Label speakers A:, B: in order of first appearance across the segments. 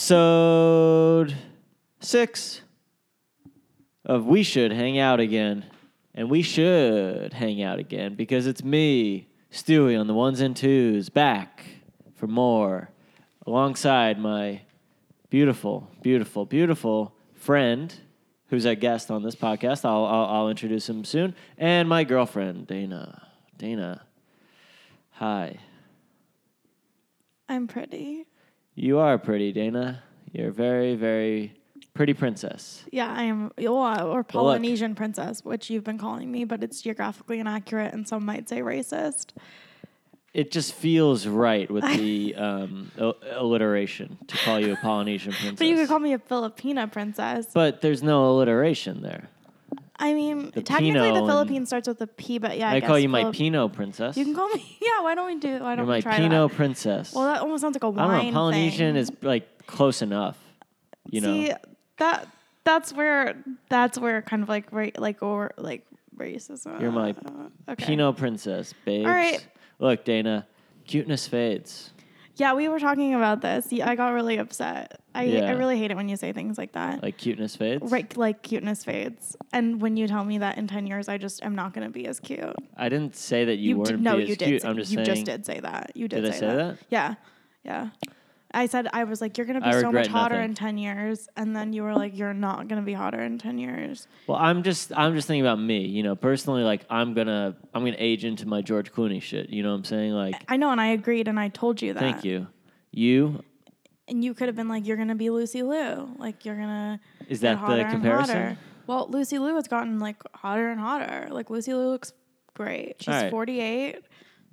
A: episode six of We Should Hang Out Again. And we should hang out again because it's me, Stewie, on the ones and twos, back for more alongside my beautiful, beautiful, beautiful friend who's a guest on this podcast. I'll, I'll, I'll introduce him soon. And my girlfriend, Dana. Dana, hi.
B: I'm pretty.
A: You are pretty, Dana. You're a very, very pretty princess.
B: Yeah, I am. Well, or Polynesian princess, which you've been calling me, but it's geographically inaccurate and some might say racist.
A: It just feels right with the um, al- alliteration to call you a Polynesian princess.
B: But you could call me a Filipina princess.
A: But there's no alliteration there.
B: I mean, technically
A: Pino
B: the
A: and-
B: Philippines starts with a P, but yeah, I,
A: I,
B: guess
A: call you my
B: Philip-
A: Pinot princess.
B: You can call me. Yeah, why don't we do? Why don't
A: You're
B: we
A: my
B: try
A: Pinot
B: that?
A: princess.
B: Well, that almost sounds like a
A: I
B: wine.
A: don't know. Polynesian
B: thing.
A: is like close enough. You
B: See,
A: know,
B: that that's where that's where kind of like ra- like or like racism.
A: You're my
B: okay.
A: Pinot princess, babes.
B: right.
A: Look, Dana, cuteness fades.
B: Yeah, we were talking about this. Yeah, I got really upset. I
A: Yeah.
B: I really hate it when you say things like that.
A: Like cuteness fades.
B: right, like cuteness fades. And when you tell me that in ten years, I just am not going to be as cute.
A: I didn't say that you,
B: d-
A: weren't
B: no,
A: be as
B: you did.
A: cute.
B: say-
A: I'm just
B: you
A: saying.
B: just did say that. You did.
A: Did I
B: say,
A: say that?
B: Yeah, yeah. I said I was like, you're going to
A: I
B: be so much
A: regret
B: hotter
A: nothing.
B: in ten years, and then you were like, you're not going to be hotter in ten years.
A: Well, I'm just I'm just thinking about me. You know, personally, like I'm gonna I'm gonna age into my George Clooney shit. You know what I'm saying? Like,
B: I know, and I agreed, and I told you that.
A: thank you. You
B: And you could have been like, you're gonna be Lucy Liu. Like you're gonna.
A: Is that
B: get
A: the
B: hotter and
A: comparison?
B: hotter. Well, Lucy Liu has gotten like hotter and hotter. Like Lucy Liu looks great. She's
A: All right.
B: 48.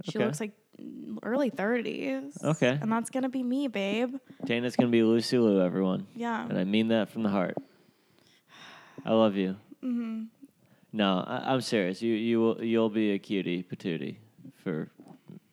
B: She
A: Okay.
B: looks like mm, early 30s.
A: Okay.
B: And that's gonna be me, babe.
A: Dana's gonna be Lucy Lou, everyone,
B: Yeah.
A: and I mean that from the heart. I love you. Mm-hmm. No, I, I'm serious. You you will you'll be a cutie patootie for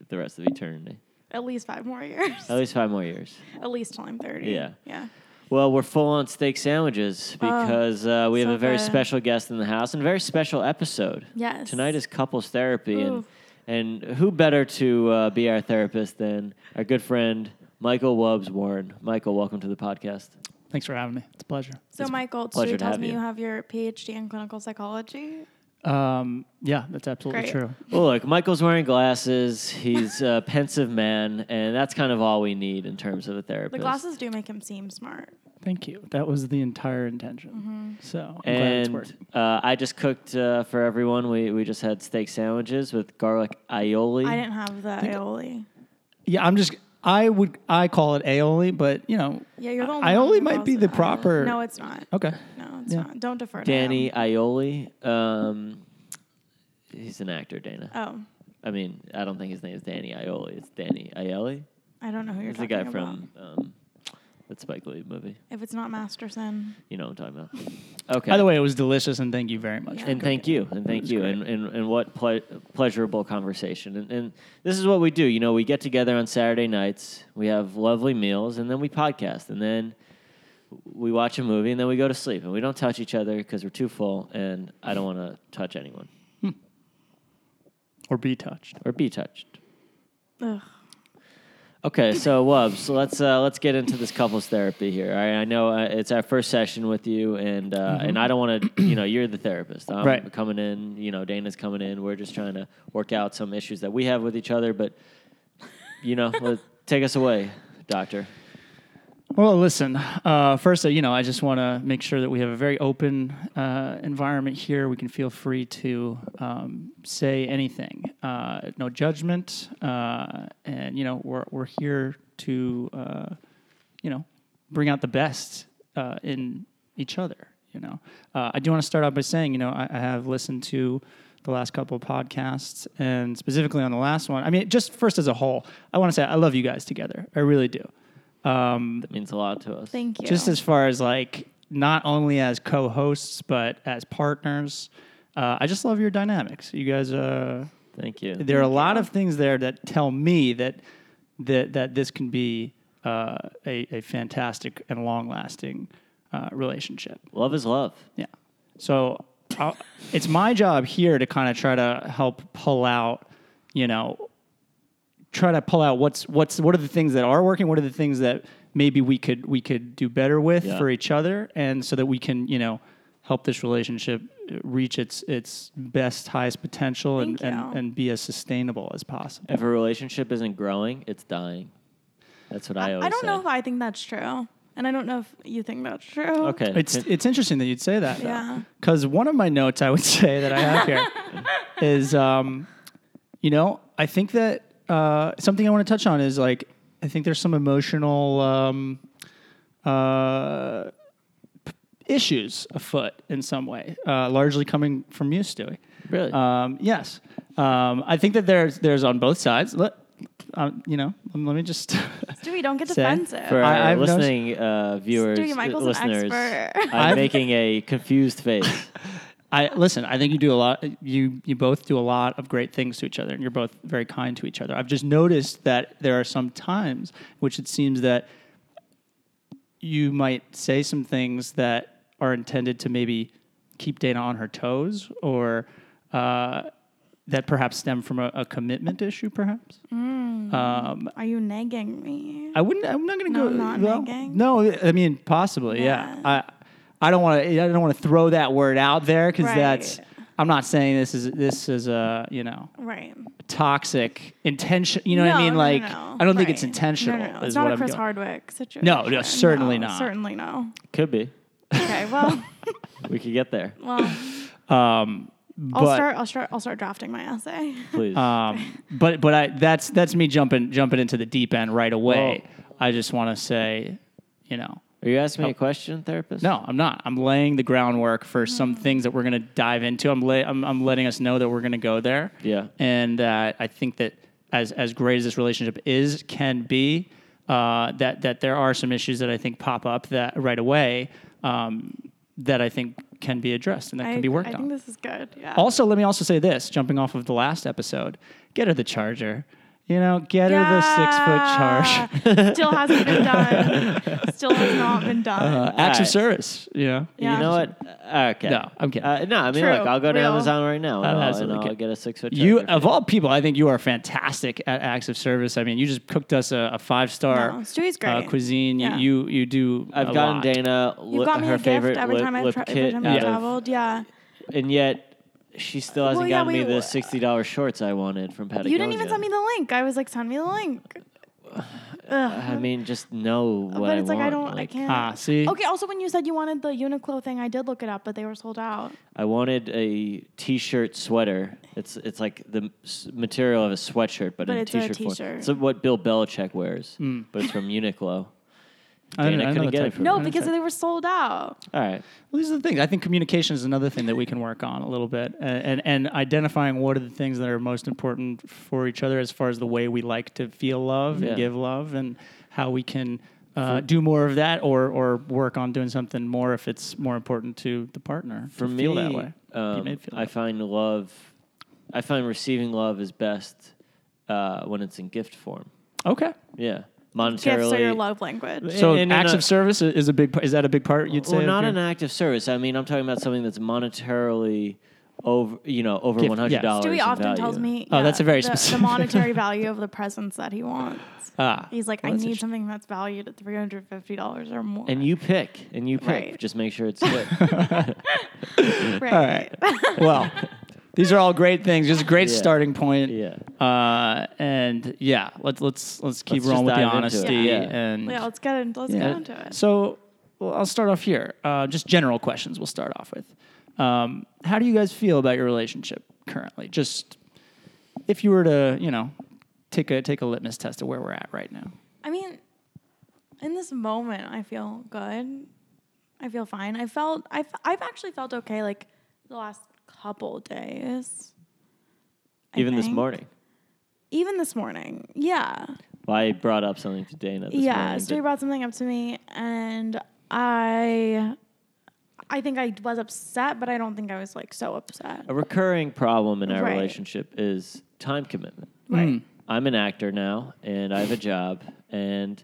A: the rest of eternity.
B: At least five more years.
A: At least five more years.
B: At least till I'm 30.
A: Yeah.
B: Yeah.
A: Well, we're full on steak sandwiches because uh, we have
B: Oh, so
A: a very
B: good.
A: special guest in the house and a very special episode.
B: Yes.
A: Tonight is couples therapy,
B: Ooh.
A: and and who better to uh, be our therapist than our good friend Michael Wubbs Warren. Michael, welcome to the podcast.
C: Thanks for having me. It's a pleasure.
B: So Michael,
A: pleasure
B: she
A: to
B: tells
A: have
B: me
A: you.
B: you have your PhD in clinical psychology.
C: Um, yeah, that's absolutely
B: Great.
C: true.
A: Well, look, Michael's wearing glasses. He's a pensive man, and that's kind of all we need in terms of a
B: The
A: therapist.
B: glasses do make him seem smart.
C: Thank you. That was the entire intention.
B: Mm-hmm.
C: So I'm glad it's
A: And
C: worked.
A: uh, I just cooked uh, for everyone. We, we just had steak sandwiches with garlic aioli.
B: I didn't have the aioli.
C: Yeah, I'm just. I would. I call it aioli, but you know,
B: Yeah, you're the only one
C: aioli
B: who
C: might
B: calls
C: be
B: it
C: the
B: aioli.
C: proper.
B: No, it's not.
C: okay.
B: No, it's
C: Yeah.
B: not. Don't defer to
A: Danny
B: him.
A: Aioli. Um, he's an actor, Dana.
B: Oh,
A: I mean, I don't think his name is Danny Aioli. It's Danny Aielli.
B: I don't know who you're
A: He's the guy
B: talking about.
A: from um, that Spike Lee movie.
B: If it's not Masterson,
A: You know what I'm talking about. Okay.
C: By the way, it was delicious, and thank you very much.
B: Yeah.
A: And thank you, and thank you, and, and, and what ple- pleasurable conversation. And, and this is what we do. You know, we get together on Saturday nights, we have lovely meals, and then we podcast, and then we watch a movie, and then we go to sleep, and we don't touch each other because we're too full, and I don't want to touch anyone
C: Or be touched.
A: or be touched.
B: ugh.
A: Okay, so Wub, so let's uh, let's get into this couples therapy here. All right, I know uh, it's our first session with you, and uh, and I don't want to, you know, you're the therapist. I'm
C: Mm-hmm. Right.
A: coming in, you know, Dana's coming in. We're just trying to work out some issues that we have with each other, but you know, let, take us away, Doctor.
C: Well, listen. Uh, first, uh, you know, I just want to make sure that we have a very open uh, environment here. We can feel free to um, say anything, uh, no judgment, uh, and you know, we're we're here to, uh, you know, bring out the best uh, in each other. You know, uh, I do want to start out by saying, you know, I, I have listened to the last couple of podcasts, and specifically on the last one. I mean, just first as a whole, I want to say I love you guys together. I really do. Um,
A: That means a lot to us.
B: Thank you.
C: just as far as like not only as co-hosts but as partners uh, i just love your dynamics you guys uh,
A: Thank you.
C: there are a lot of things there that tell me that that, that this can be uh, a, a fantastic and long-lasting uh, relationship
A: Love is love.
C: yeah. So I'll, it's my job here to kind of try to help pull out, you know, try to pull out what's what's what are the things that are working, what are the things that maybe we could we could do better with
A: Yeah.
C: for each other, and so that we can you know help this relationship reach its its best highest potential and,
B: Thank
C: and
B: you.
C: and be as sustainable as possible.
A: If a relationship isn't growing, it's dying. That's what I, always
B: I don't
A: say.
B: know if I think that's true, and I don't know if you think that's true.
A: okay.
C: It's
A: can-
C: it's interesting that you'd say that.
B: Yeah.
C: Because one of my notes I would say that I have here is, um, you know, I think that uh, something I want to touch on is like I think there's some emotional um, uh, p- issues afoot in some way, uh, largely coming from you, Stewie.
A: Really?
C: Um, yes. Um, I think that there's there's on both sides. Let, um, you know, let me just.
B: Stewie, don't get
C: Say,
B: defensive.
A: for
C: I-
A: our
C: I've noticed-
A: listening uh, viewers,
B: Stewie Michael's an
A: listeners,
B: expert.
A: I'm
C: I've-
A: making a confused face.
C: I listen. I think you do a lot. You you both do a lot of great things to each other, and you're both very kind to each other. I've just noticed that there are some times which it seems that you might say some things that are intended to maybe keep Dana on her toes, or uh, that perhaps stem from a, a commitment issue. Perhaps um,
B: Are you nagging me?
C: I wouldn't. I'm not going to
B: No,
C: go.
B: not
C: well,
B: nagging.
C: no, I mean possibly. Yeah.
B: Yeah.
C: I I don't want to. I don't want to throw that word out there because
B: Right.
C: that's. I'm not saying this is this is a you know
B: right.
C: toxic intention. You know what I
B: No,
C: mean?
B: no,
C: Like
B: no,
C: I don't think it's
B: right. No,
C: intentional.
B: No, no, It's
C: is
B: not
C: what
B: a
C: I'm
B: Chris
C: going-
B: Hardwick situation.
C: No, no, certainly
B: No,
C: not.
B: Certainly no.
A: Could be.
B: Okay, well,
A: We could get there.
B: well,
C: Um,
B: I'll
C: but
B: start. I'll start. I'll start drafting my essay.
A: Please.
C: um, but but I that's that's me jumping jumping into the deep end right away. I just want to say, you know.
A: Are you asking me a question, therapist?
C: No, I'm not. I'm laying the groundwork for
B: Mm.
C: some things that we're going to dive into. I'm, lay, I'm I'm letting us know that we're going to go there.
A: Yeah.
C: And uh, I think that as as great as this relationship is, can be, uh, that that there are some issues that I think pop up that right away um, that I think can be addressed and that
B: I,
C: can be worked
B: I
C: on.
B: think this is good. Yeah.
C: also, let me also say this: jumping off of the last episode, get her the charger. You know, get her the six foot charger.
B: foot charge. Still hasn't been done. Still has not been done.
C: Uh, acts of
A: Alright.
C: service. You know.
B: Yeah.
A: You know what? Uh, Okay.
C: No, I'm kidding.
A: Uh, no, I mean,
B: True.
A: look, I'll go to
B: Real.
A: Amazon right now and,
C: Oh,
A: I'll, and
C: absolutely.
A: I'll
C: Okay.
A: get a six foot.
C: You of all people, I think you are fantastic at acts of service. I mean, you just cooked us a, a five star
B: No, Stewie's
C: uh,
B: great.
C: cuisine. You-
B: Yeah.
C: You you do.
A: I've
C: a
A: gotten
C: lot.
A: Dana
B: You
A: li-
B: got me
A: her
B: a
A: favorite
B: gift every
A: lip,
B: time I
A: lip
B: tra- every
A: kit,
B: time
A: out
B: I
A: of-
B: traveled. Yeah.
A: and yet she still hasn't
B: Well, yeah,
A: gotten me
B: we-
A: the sixty dollars shorts I wanted from Patagonia.
B: You didn't even send me the link. I was like, send me the link. Ugh.
A: I mean, just know what
B: But it's
A: I
B: like
A: want.
B: I don't. I
A: Like,
B: can't.
C: Ah, see.
B: Okay. Also, when you said you wanted the Uniqlo thing, I did look it up, but they were sold out.
A: I wanted a t-shirt sweater. It's it's like the s- material of a sweatshirt, but,
B: But
A: in
B: it's a
A: t-shirt form.
B: t-shirt.
A: It's what Bill Belichick wears, but it's from Uniqlo.
C: Hmm. I don't-
A: Dana
C: I don't
A: couldn't
C: know
A: get
C: the
A: it
C: type
A: for
C: of-
A: me.
B: No,
C: I don't
B: because
C: know.
B: they were sold out.
A: All right.
C: Well, these are the things. I think communication is another thing that we can work on a little bit, and, and and identifying what are the things that are most important for each other as far as the way we like to feel love
A: Yeah.
C: and give love, and how we can. Uh, do more of that, or or work on doing something more if it's more important to the partner.
A: For
C: to
A: me,
C: feel that way. Be
A: um,
C: made feel
A: I
C: that way.
A: find love. I find receiving love is best uh, when it's in gift form.
C: okay.
A: Yeah, monetarily.
B: Gifts are your love language.
C: So
A: and- and
C: acts
A: I-
C: of service i- is a big. par- Is that a big part? You'd say
A: Well,
C: of
A: not
C: your-
A: an act of service. I mean, I'm talking about something that's monetarily over. You know, over
C: Gift,
A: one hundred dollars.
B: Stewie often tells me.
C: Oh, that's a very
B: the,
C: specific-
B: The monetary value of the presents that he wants.
C: Ah,
B: He's like,
C: well,
B: I
C: that's
B: need
C: interesting.
B: something that's valued at three hundred fifty dollars or more.
A: And you pick, and you pick.
B: Right.
A: Just make sure it's good.
B: right.
C: well, these are all great things. Just a great
A: Yeah.
C: starting point.
A: Yeah.
C: Uh, and yeah, let's let's let's keep
A: Let's
C: rolling with
A: just
C: the
A: dive into
C: honesty
A: it. Yeah.
C: and
B: yeah, let's get into let's
C: Yeah.
B: get into it.
C: So well, I'll start off here. Uh, just general questions. We'll start off with. Um, how do you guys feel about your relationship currently? Just if you were to, you know, take a take a litmus test of where we're at right now.
B: I mean, in this moment, I feel good. I feel fine. I felt I've I've actually felt okay like the last couple days. I
A: Even this
B: think.
A: morning.
B: Even this morning. Yeah.
A: Well, I brought up something to Dana. This
B: yeah.
A: morning,
B: Stewie
A: but-
B: brought something up to me and I I think I was upset, but I don't think I was like so upset.
A: a recurring problem in our
B: Right.
A: relationship is time commitment.
B: Right.
A: I'm an actor now, and I have a job, and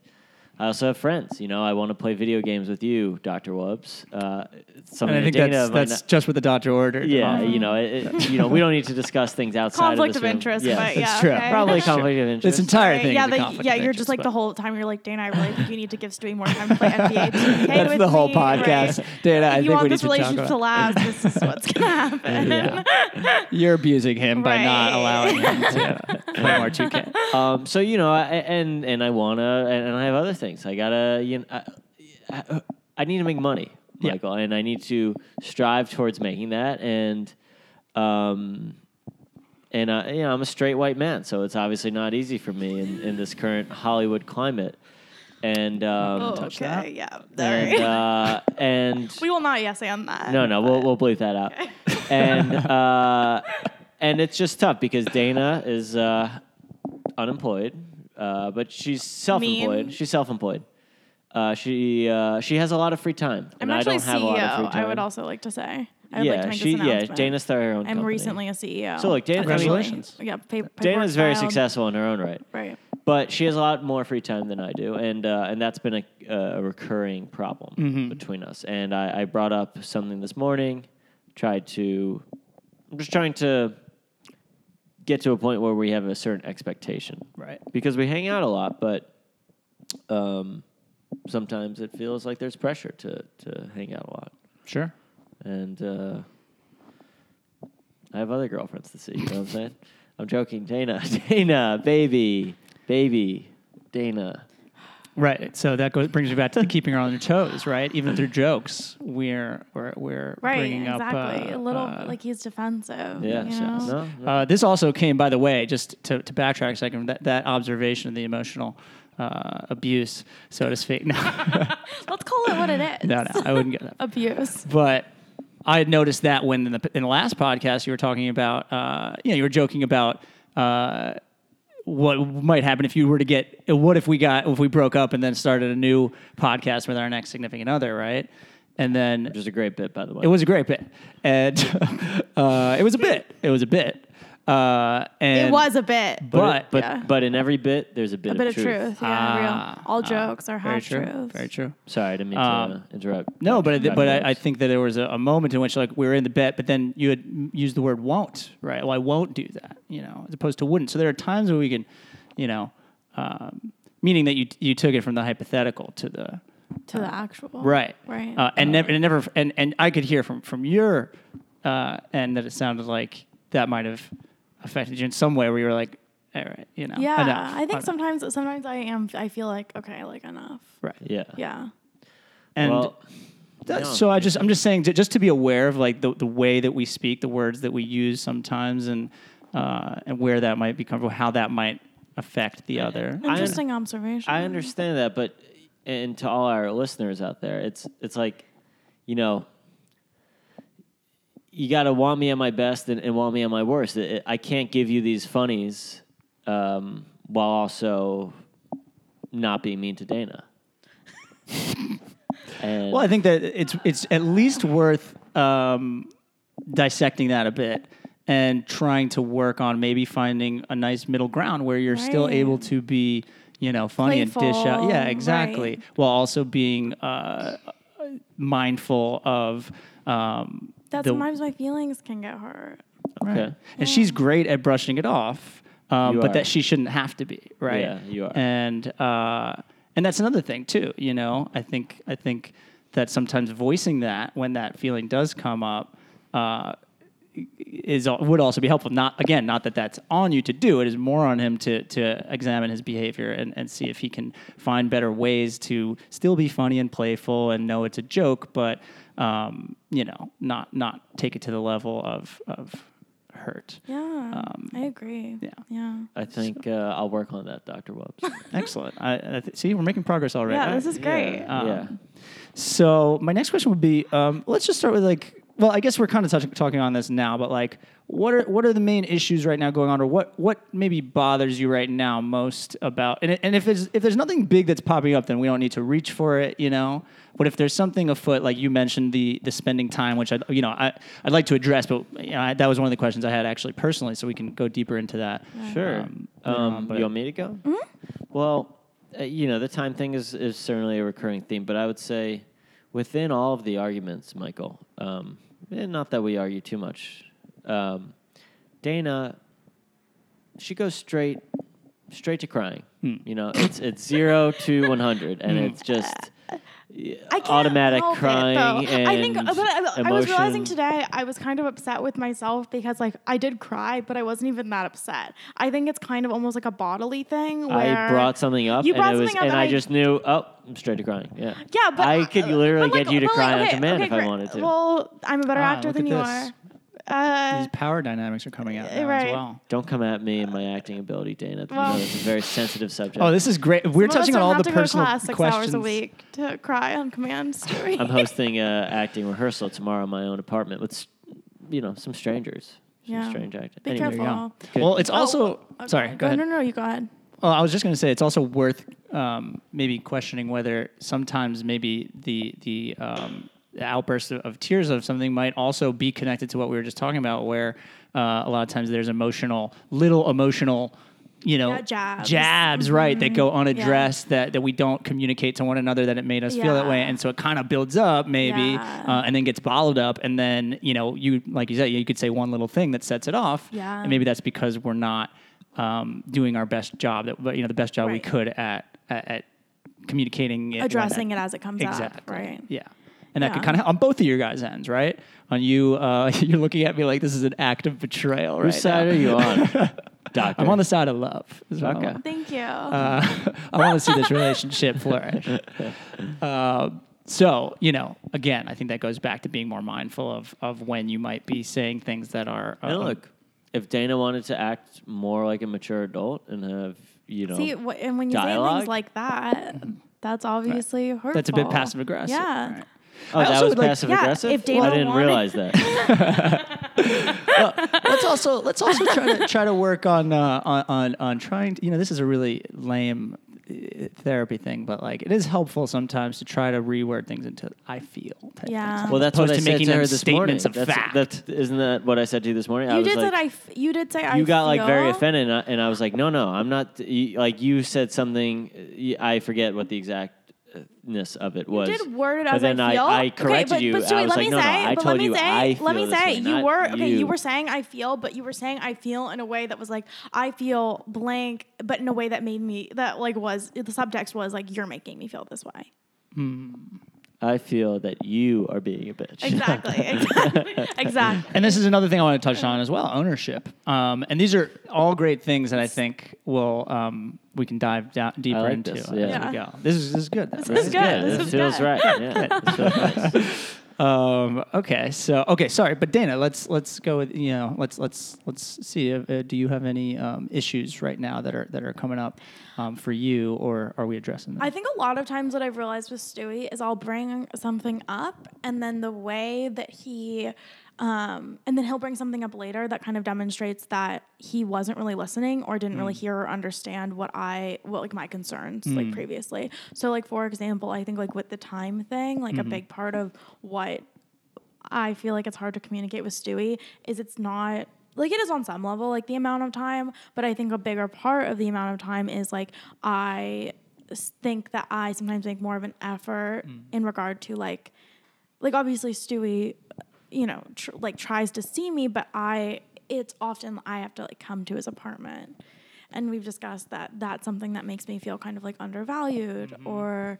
A: I also have friends. You know, I want to play video games with you, Doctor Wubs. Uh, it's
C: And
A: something
C: I think
A: Dana
C: that's,
A: might not-
C: that's just what the doctor ordered.
A: yeah,
C: Um,
A: you know, it, it- you know, we don't need to discuss things outside of,
B: conflict of
A: this room.
B: interest,
A: Yes.
B: but
C: that's
B: yeah,
C: true.
B: okay.
A: probably
C: That's true.
A: conflight of interest.
C: This entire
B: Right,
C: thing.
B: yeah,
C: is a
B: the-
C: conflict
B: yeah.
C: of
B: You're
C: interest,
B: just like the
C: but-
B: whole time. You're like Dana. I really think you need to give Stewie more time to play NBA. It's okay
C: That's
B: with
C: the whole
B: me,
C: podcast,
B: Right.
C: Dana. I
B: you
C: think
B: want
C: we
B: this
C: need to talk
B: relationship to
C: about.
B: last. This is what's gonna happen.
A: Yeah.
C: You're abusing him by not
B: Right.
C: allowing him to play more 2K.
A: um, so you know, I, and and I wanna, and, and I have other things. I gotta, you know, I, I, I need to make money,
C: Yeah.
A: Michael, and I need to strive towards making that. And, um, and I, you know, I'm a straight white man, so it's obviously not easy for me in, in this current Hollywood climate. And um,
B: Oh,
C: touch
B: okay.
C: that.
B: Yeah. Sorry.
A: and uh, and
B: we will not yes and that.
A: no, no, we'll we'll bleep that out. And uh, and it's just tough because Dana is uh, unemployed, uh, but she's self-employed.
B: Mean.
A: She's self-employed. Uh, she uh, she has a lot of free time,
B: I'm
A: and I
B: actually
A: don't have
B: CEO.
A: a lot of free time.
B: I would also like to say. I would
A: yeah,
B: like to make
A: she
B: this
A: yeah.
B: announcement.
A: Dana started her own.
B: I'm
A: company.
B: recently a CEO.
A: So, look, Dana- I mean-
C: Congratulations.
B: Yeah. Pay,
A: Dana's very
B: filed.
A: successful in her own right,
B: Right.
A: but she has a lot more free time than I do, and uh, and that's been a, a recurring problem between us. And I, I brought up something this morning. Tried to, I'm just trying to get to a point where we have a certain expectation
C: Right.
A: because we hang out a lot, but um, sometimes it feels like there's pressure to to hang out a lot,
C: Sure.
A: and uh, I have other girlfriends to see. You know what I'm saying? I'm joking, Dana, Dana, baby, baby, Dana.
C: Right. So that goes, brings me back to the keeping her on your toes, right? Even through jokes, we're we're, we're
B: Right.
C: bringing up
B: Exactly. a
C: uh,
B: little
C: uh,
B: like he's defensive.
A: Yeah,
B: You
A: so-
B: know?
A: no, no.
C: Uh, this also came, by the way, just to, to backtrack a second, that, that observation of the emotional uh, abuse, so to speak. No,
B: Let's call it what it is.
C: no, no, I wouldn't get that.
B: Abuse.
C: But I had noticed that when in the, in the last podcast you were talking about, uh, you know, you were joking about uh, what might happen if you were to get, what if we got, if we broke up and then started a new podcast with our next significant other, right? And then
A: Which is a great bit, by the way.
C: It was a great bit, and uh, it was a bit. It was a bit. Uh, and
B: It was a bit.
C: but
A: but
B: Yeah.
A: but in every bit, there's a bit,
B: a bit of truth. Yeah.
C: Ah,
B: real. All
C: ah,
B: jokes are
C: very
B: half
C: true.
B: truths.
C: Very true.
A: Sorry, I didn't mean
C: Um,
A: to uh, interrupt.
C: No, but I,
A: Dr.
C: but I, I
A: Phillips.
C: think that there was a, a moment in which like we were in the bet, but then you had m- used the word won't, right? Well, I won't do that, you know, as opposed to wouldn't. So there are times where we can, you know, um, meaning that you you took it from the hypothetical to the
B: To the actual.
C: right,
B: Right.
C: uh, and never and never and and I could hear from from your uh, end that it sounded like that might have affected you in some way where you were like, all right, you know,
B: yeah.
C: enough,
B: I think
C: enough."
B: sometimes sometimes I am I feel like, okay, like enough.
C: right,
A: yeah.
B: Yeah.
C: and.
A: well,
C: That-
A: Yeah.
C: So I just I'm just saying ju- just to be aware of like the, the way that we speak, the words that we use sometimes, and uh, and where that might be comfortable, how that might affect the other.
A: I-
B: Interesting observation.
A: I understand that, but and to all our listeners out there, it's it's like, you know, you gotta want me at my best and, and want me at my worst. It- it- I can't give you these funnies um, while also not being mean to Dana. and
C: Well, I think that it's it's at least worth um, dissecting that a bit and trying to work on maybe finding a nice middle ground where you're still
B: Right.
C: able to be you know funny and dish out
B: Playful,
C: yeah exactly
B: right.
C: while also being uh, mindful of um,
B: that
C: the,
B: sometimes my feelings can get hurt.
A: Okay.
C: Right. And she's great at brushing it off, um,
A: You
C: but
A: are.
C: that she shouldn't have to be, right?
A: Yeah, you are.
C: And uh, and that's another thing too. You know, I think I think that sometimes voicing that when that feeling does come up. Uh, is would also be helpful. Not again, not that that's on you to do. It is more on him to to examine his behavior and, and see if he can find better ways to still be funny and playful and know it's a joke, but um, you know, not not take it to the level of of hurt.
B: Yeah. I agree.
C: Um, yeah.
B: Yeah.
A: I think uh, I'll work on that, Doctor Wubs.
C: Excellent. I, I th- see we're making progress already.
B: yeah, this is great.
C: Ah.
A: Yeah. yeah.
C: Um, So my next question would be, um, let's just start with like, well, I guess we're kind of touch- talking on this now, but like, what are what are the main issues right now going on, or what what maybe bothers you right now most about? And, it- and if it's if there's nothing big that's popping up, then we don't need to reach for it, you know. But if there's something afoot, like you mentioned the the spending time, which I you know I I'd like to address, but you know, I, that was one of the questions I had actually personally, so we can go deeper into that.
A: Sure.
C: Um,
A: Um,
C: later on, but-
B: Mm-hmm.
A: you want me to go? Well, uh, you know, the time thing is, is certainly a recurring theme, but I would say within all of the arguments, Michael, um, and not that we argue too much, um, Dana, she goes straight, straight to crying.
C: Hmm.
A: You know, it's it's zero to one hundred, and it's
B: Hmm.
A: just yeah,
C: Uh,
B: I can't
A: automatic
B: help it, though.
A: crying and
B: I think, but I, I was realizing
A: emotion.
B: today I was kind of upset with myself because like I did cry, but I wasn't even that upset. I think it's kind of almost like a bodily thing. Uh, Where
A: I brought something up,
B: You
A: and
B: brought
A: it was,
B: something
A: and
B: up and
A: I,
B: I-
A: just knew. Oh, I'm straight to crying. Yeah.
B: Yeah, but
A: I could
B: uh,
A: literally
B: but, like,
A: get you to
B: well, like,
A: cry on
B: okay,
A: demand
B: okay,
A: if I
B: great.
A: wanted to.
B: Well, I'm a better
C: Ah,
B: actor
C: look
B: than
C: at
B: you
C: this.
B: are. Uh,
C: These power dynamics are coming out
B: Uh,
C: now as
B: right.
C: well.
A: Don't come at me and my acting ability, Dana. You
B: Well-
A: know, it's a very sensitive subject.
C: Oh, this is great.
B: some
C: We're
B: of us
C: touching on
B: don't
C: all
B: have
C: the
B: to
C: personal
B: go to class six hours
C: questions.
B: a week to cry on command, Stewie.
A: I'm hosting a acting rehearsal tomorrow in my own apartment with, s- you know, some strangers. Some
B: Yeah.
A: strange acting.
B: Be
A: Anyway,
C: There you go.
A: Good.
C: Well, it's also
B: Oh,
C: sorry.
B: okay.
C: Go ahead.
B: No, no, no. You go ahead.
C: Well, I was just going to say it's also worth um, maybe questioning whether sometimes maybe the the um, the outburst of, of tears of something might also be connected to what we were just talking about, where uh, a lot of times there's emotional, little emotional, you know,
B: Yeah, jabs. Mm-hmm.
C: jabs, right, that go unaddressed that, that we don't communicate to one another that it made us feel that way,
B: Yeah.
C: and so it kind of builds up maybe,
B: Yeah.
C: uh, and then gets bottled up, and then you know, you like you said, you could say one little thing that sets it off,
B: Yeah.
C: and maybe that's because we're not um, doing our best job that but, you know the best job we
B: Right.
C: could at at, at communicating it when
B: Addressing
C: that-
B: it as it comes up.
C: exactly
B: Right.
C: yeah and that could
B: Yeah.
C: kind of on both of your guys ends right on you uh, you're looking at me like this is an act of betrayal right
A: Whose side
C: now.
A: are you on, Doctor?
C: I'm on the side of love is what I'm
A: Okay.
C: on.
B: Thank you.
C: Uh, I want to see this relationship flourish. Uh, so, you know, again, I think that goes back to being more mindful of, of when you might be saying things that are. Uh,
A: And look, if Dana wanted to act more like a mature adult and have, you know, oh,
B: See, wh- and when you say
A: dialogue?
B: things like that, that's obviously hurtful.
C: that's a bit passive aggressive.
B: Yeah.
C: right?
A: oh,
C: I
A: that
C: also
A: was
C: would like-
A: passive
B: Yeah,
A: aggressive.
B: if Dana
A: I didn't
B: wanted-
A: realize that.
C: let's also let's also try to try to work on uh, on, on on trying to you know this is a really lame uh, therapy thing but like it is helpful sometimes to try to reword things into i feel type
B: Yeah.
C: things,
A: Well,
C: as
A: that's what
C: opposed
A: I
C: to
A: said
C: making
A: to
C: them
A: her this morning.
C: statements of
A: That's-
C: fact
A: that's- isn't that what I said to you this morning? I
B: You
A: was
B: did
A: like,
B: say I. F- you did say I.
A: you got like very
B: feel.
A: offended, and I, and I was like, no, no, I'm not. You, like you said something, y- I forget what the exactness of it was.
B: You did word it
A: but
B: as
A: then
B: I feel.
A: I, corrected
B: okay, but,
A: you.
B: But Stewie,
A: I was
B: let
A: like,
B: me
A: no,
B: say,
A: no, I
B: but
A: told
B: let me
A: you,
B: say,
A: I feel
B: let me
A: this
B: say,
A: way,
B: you
A: not
B: were okay.
A: you.
B: You. were saying I feel, but you were saying I feel in a way that was like I feel blank, but in a way that made me that like was the subtext was like you're making me feel this way.
A: I feel that you are being a bitch.
B: Exactly. exactly. exactly.
C: and this is another thing I want to touch on as well: ownership. Um, and these are all great things that I think will um, we can dive down deeper
A: like
C: into
A: this,
C: as we
A: yeah.
C: go. This is this is good. This
B: is good.
A: Yeah,
B: This
A: this
B: is
A: feels
B: good.
A: right. Yeah, this feels nice.
C: Um, okay, so okay, sorry, but Dana, let's let's go with you know let's let's let's see. Uh, uh, do you have any um, issues right now that are that are coming up um, for you, or are we addressing them?
B: I think a lot of times what I've realized with Stewie is I'll bring something up, and then the way that he, um, and then he'll bring something up later that kind of demonstrates that he wasn't really listening or didn't really hear or understand what I, what like my concerns like previously. So like for example, I think like with the time thing, like a big part of what I feel like it's hard to communicate with Stewie is it's not like it is on some level like the amount of time, but I think a bigger part of the amount of time is like I s- think that I sometimes make more of an effort in regard to like like obviously Stewie you know tr- like tries to see me, but I it's often I have to like come to his apartment. And we've discussed that that's something that makes me feel kind of like undervalued or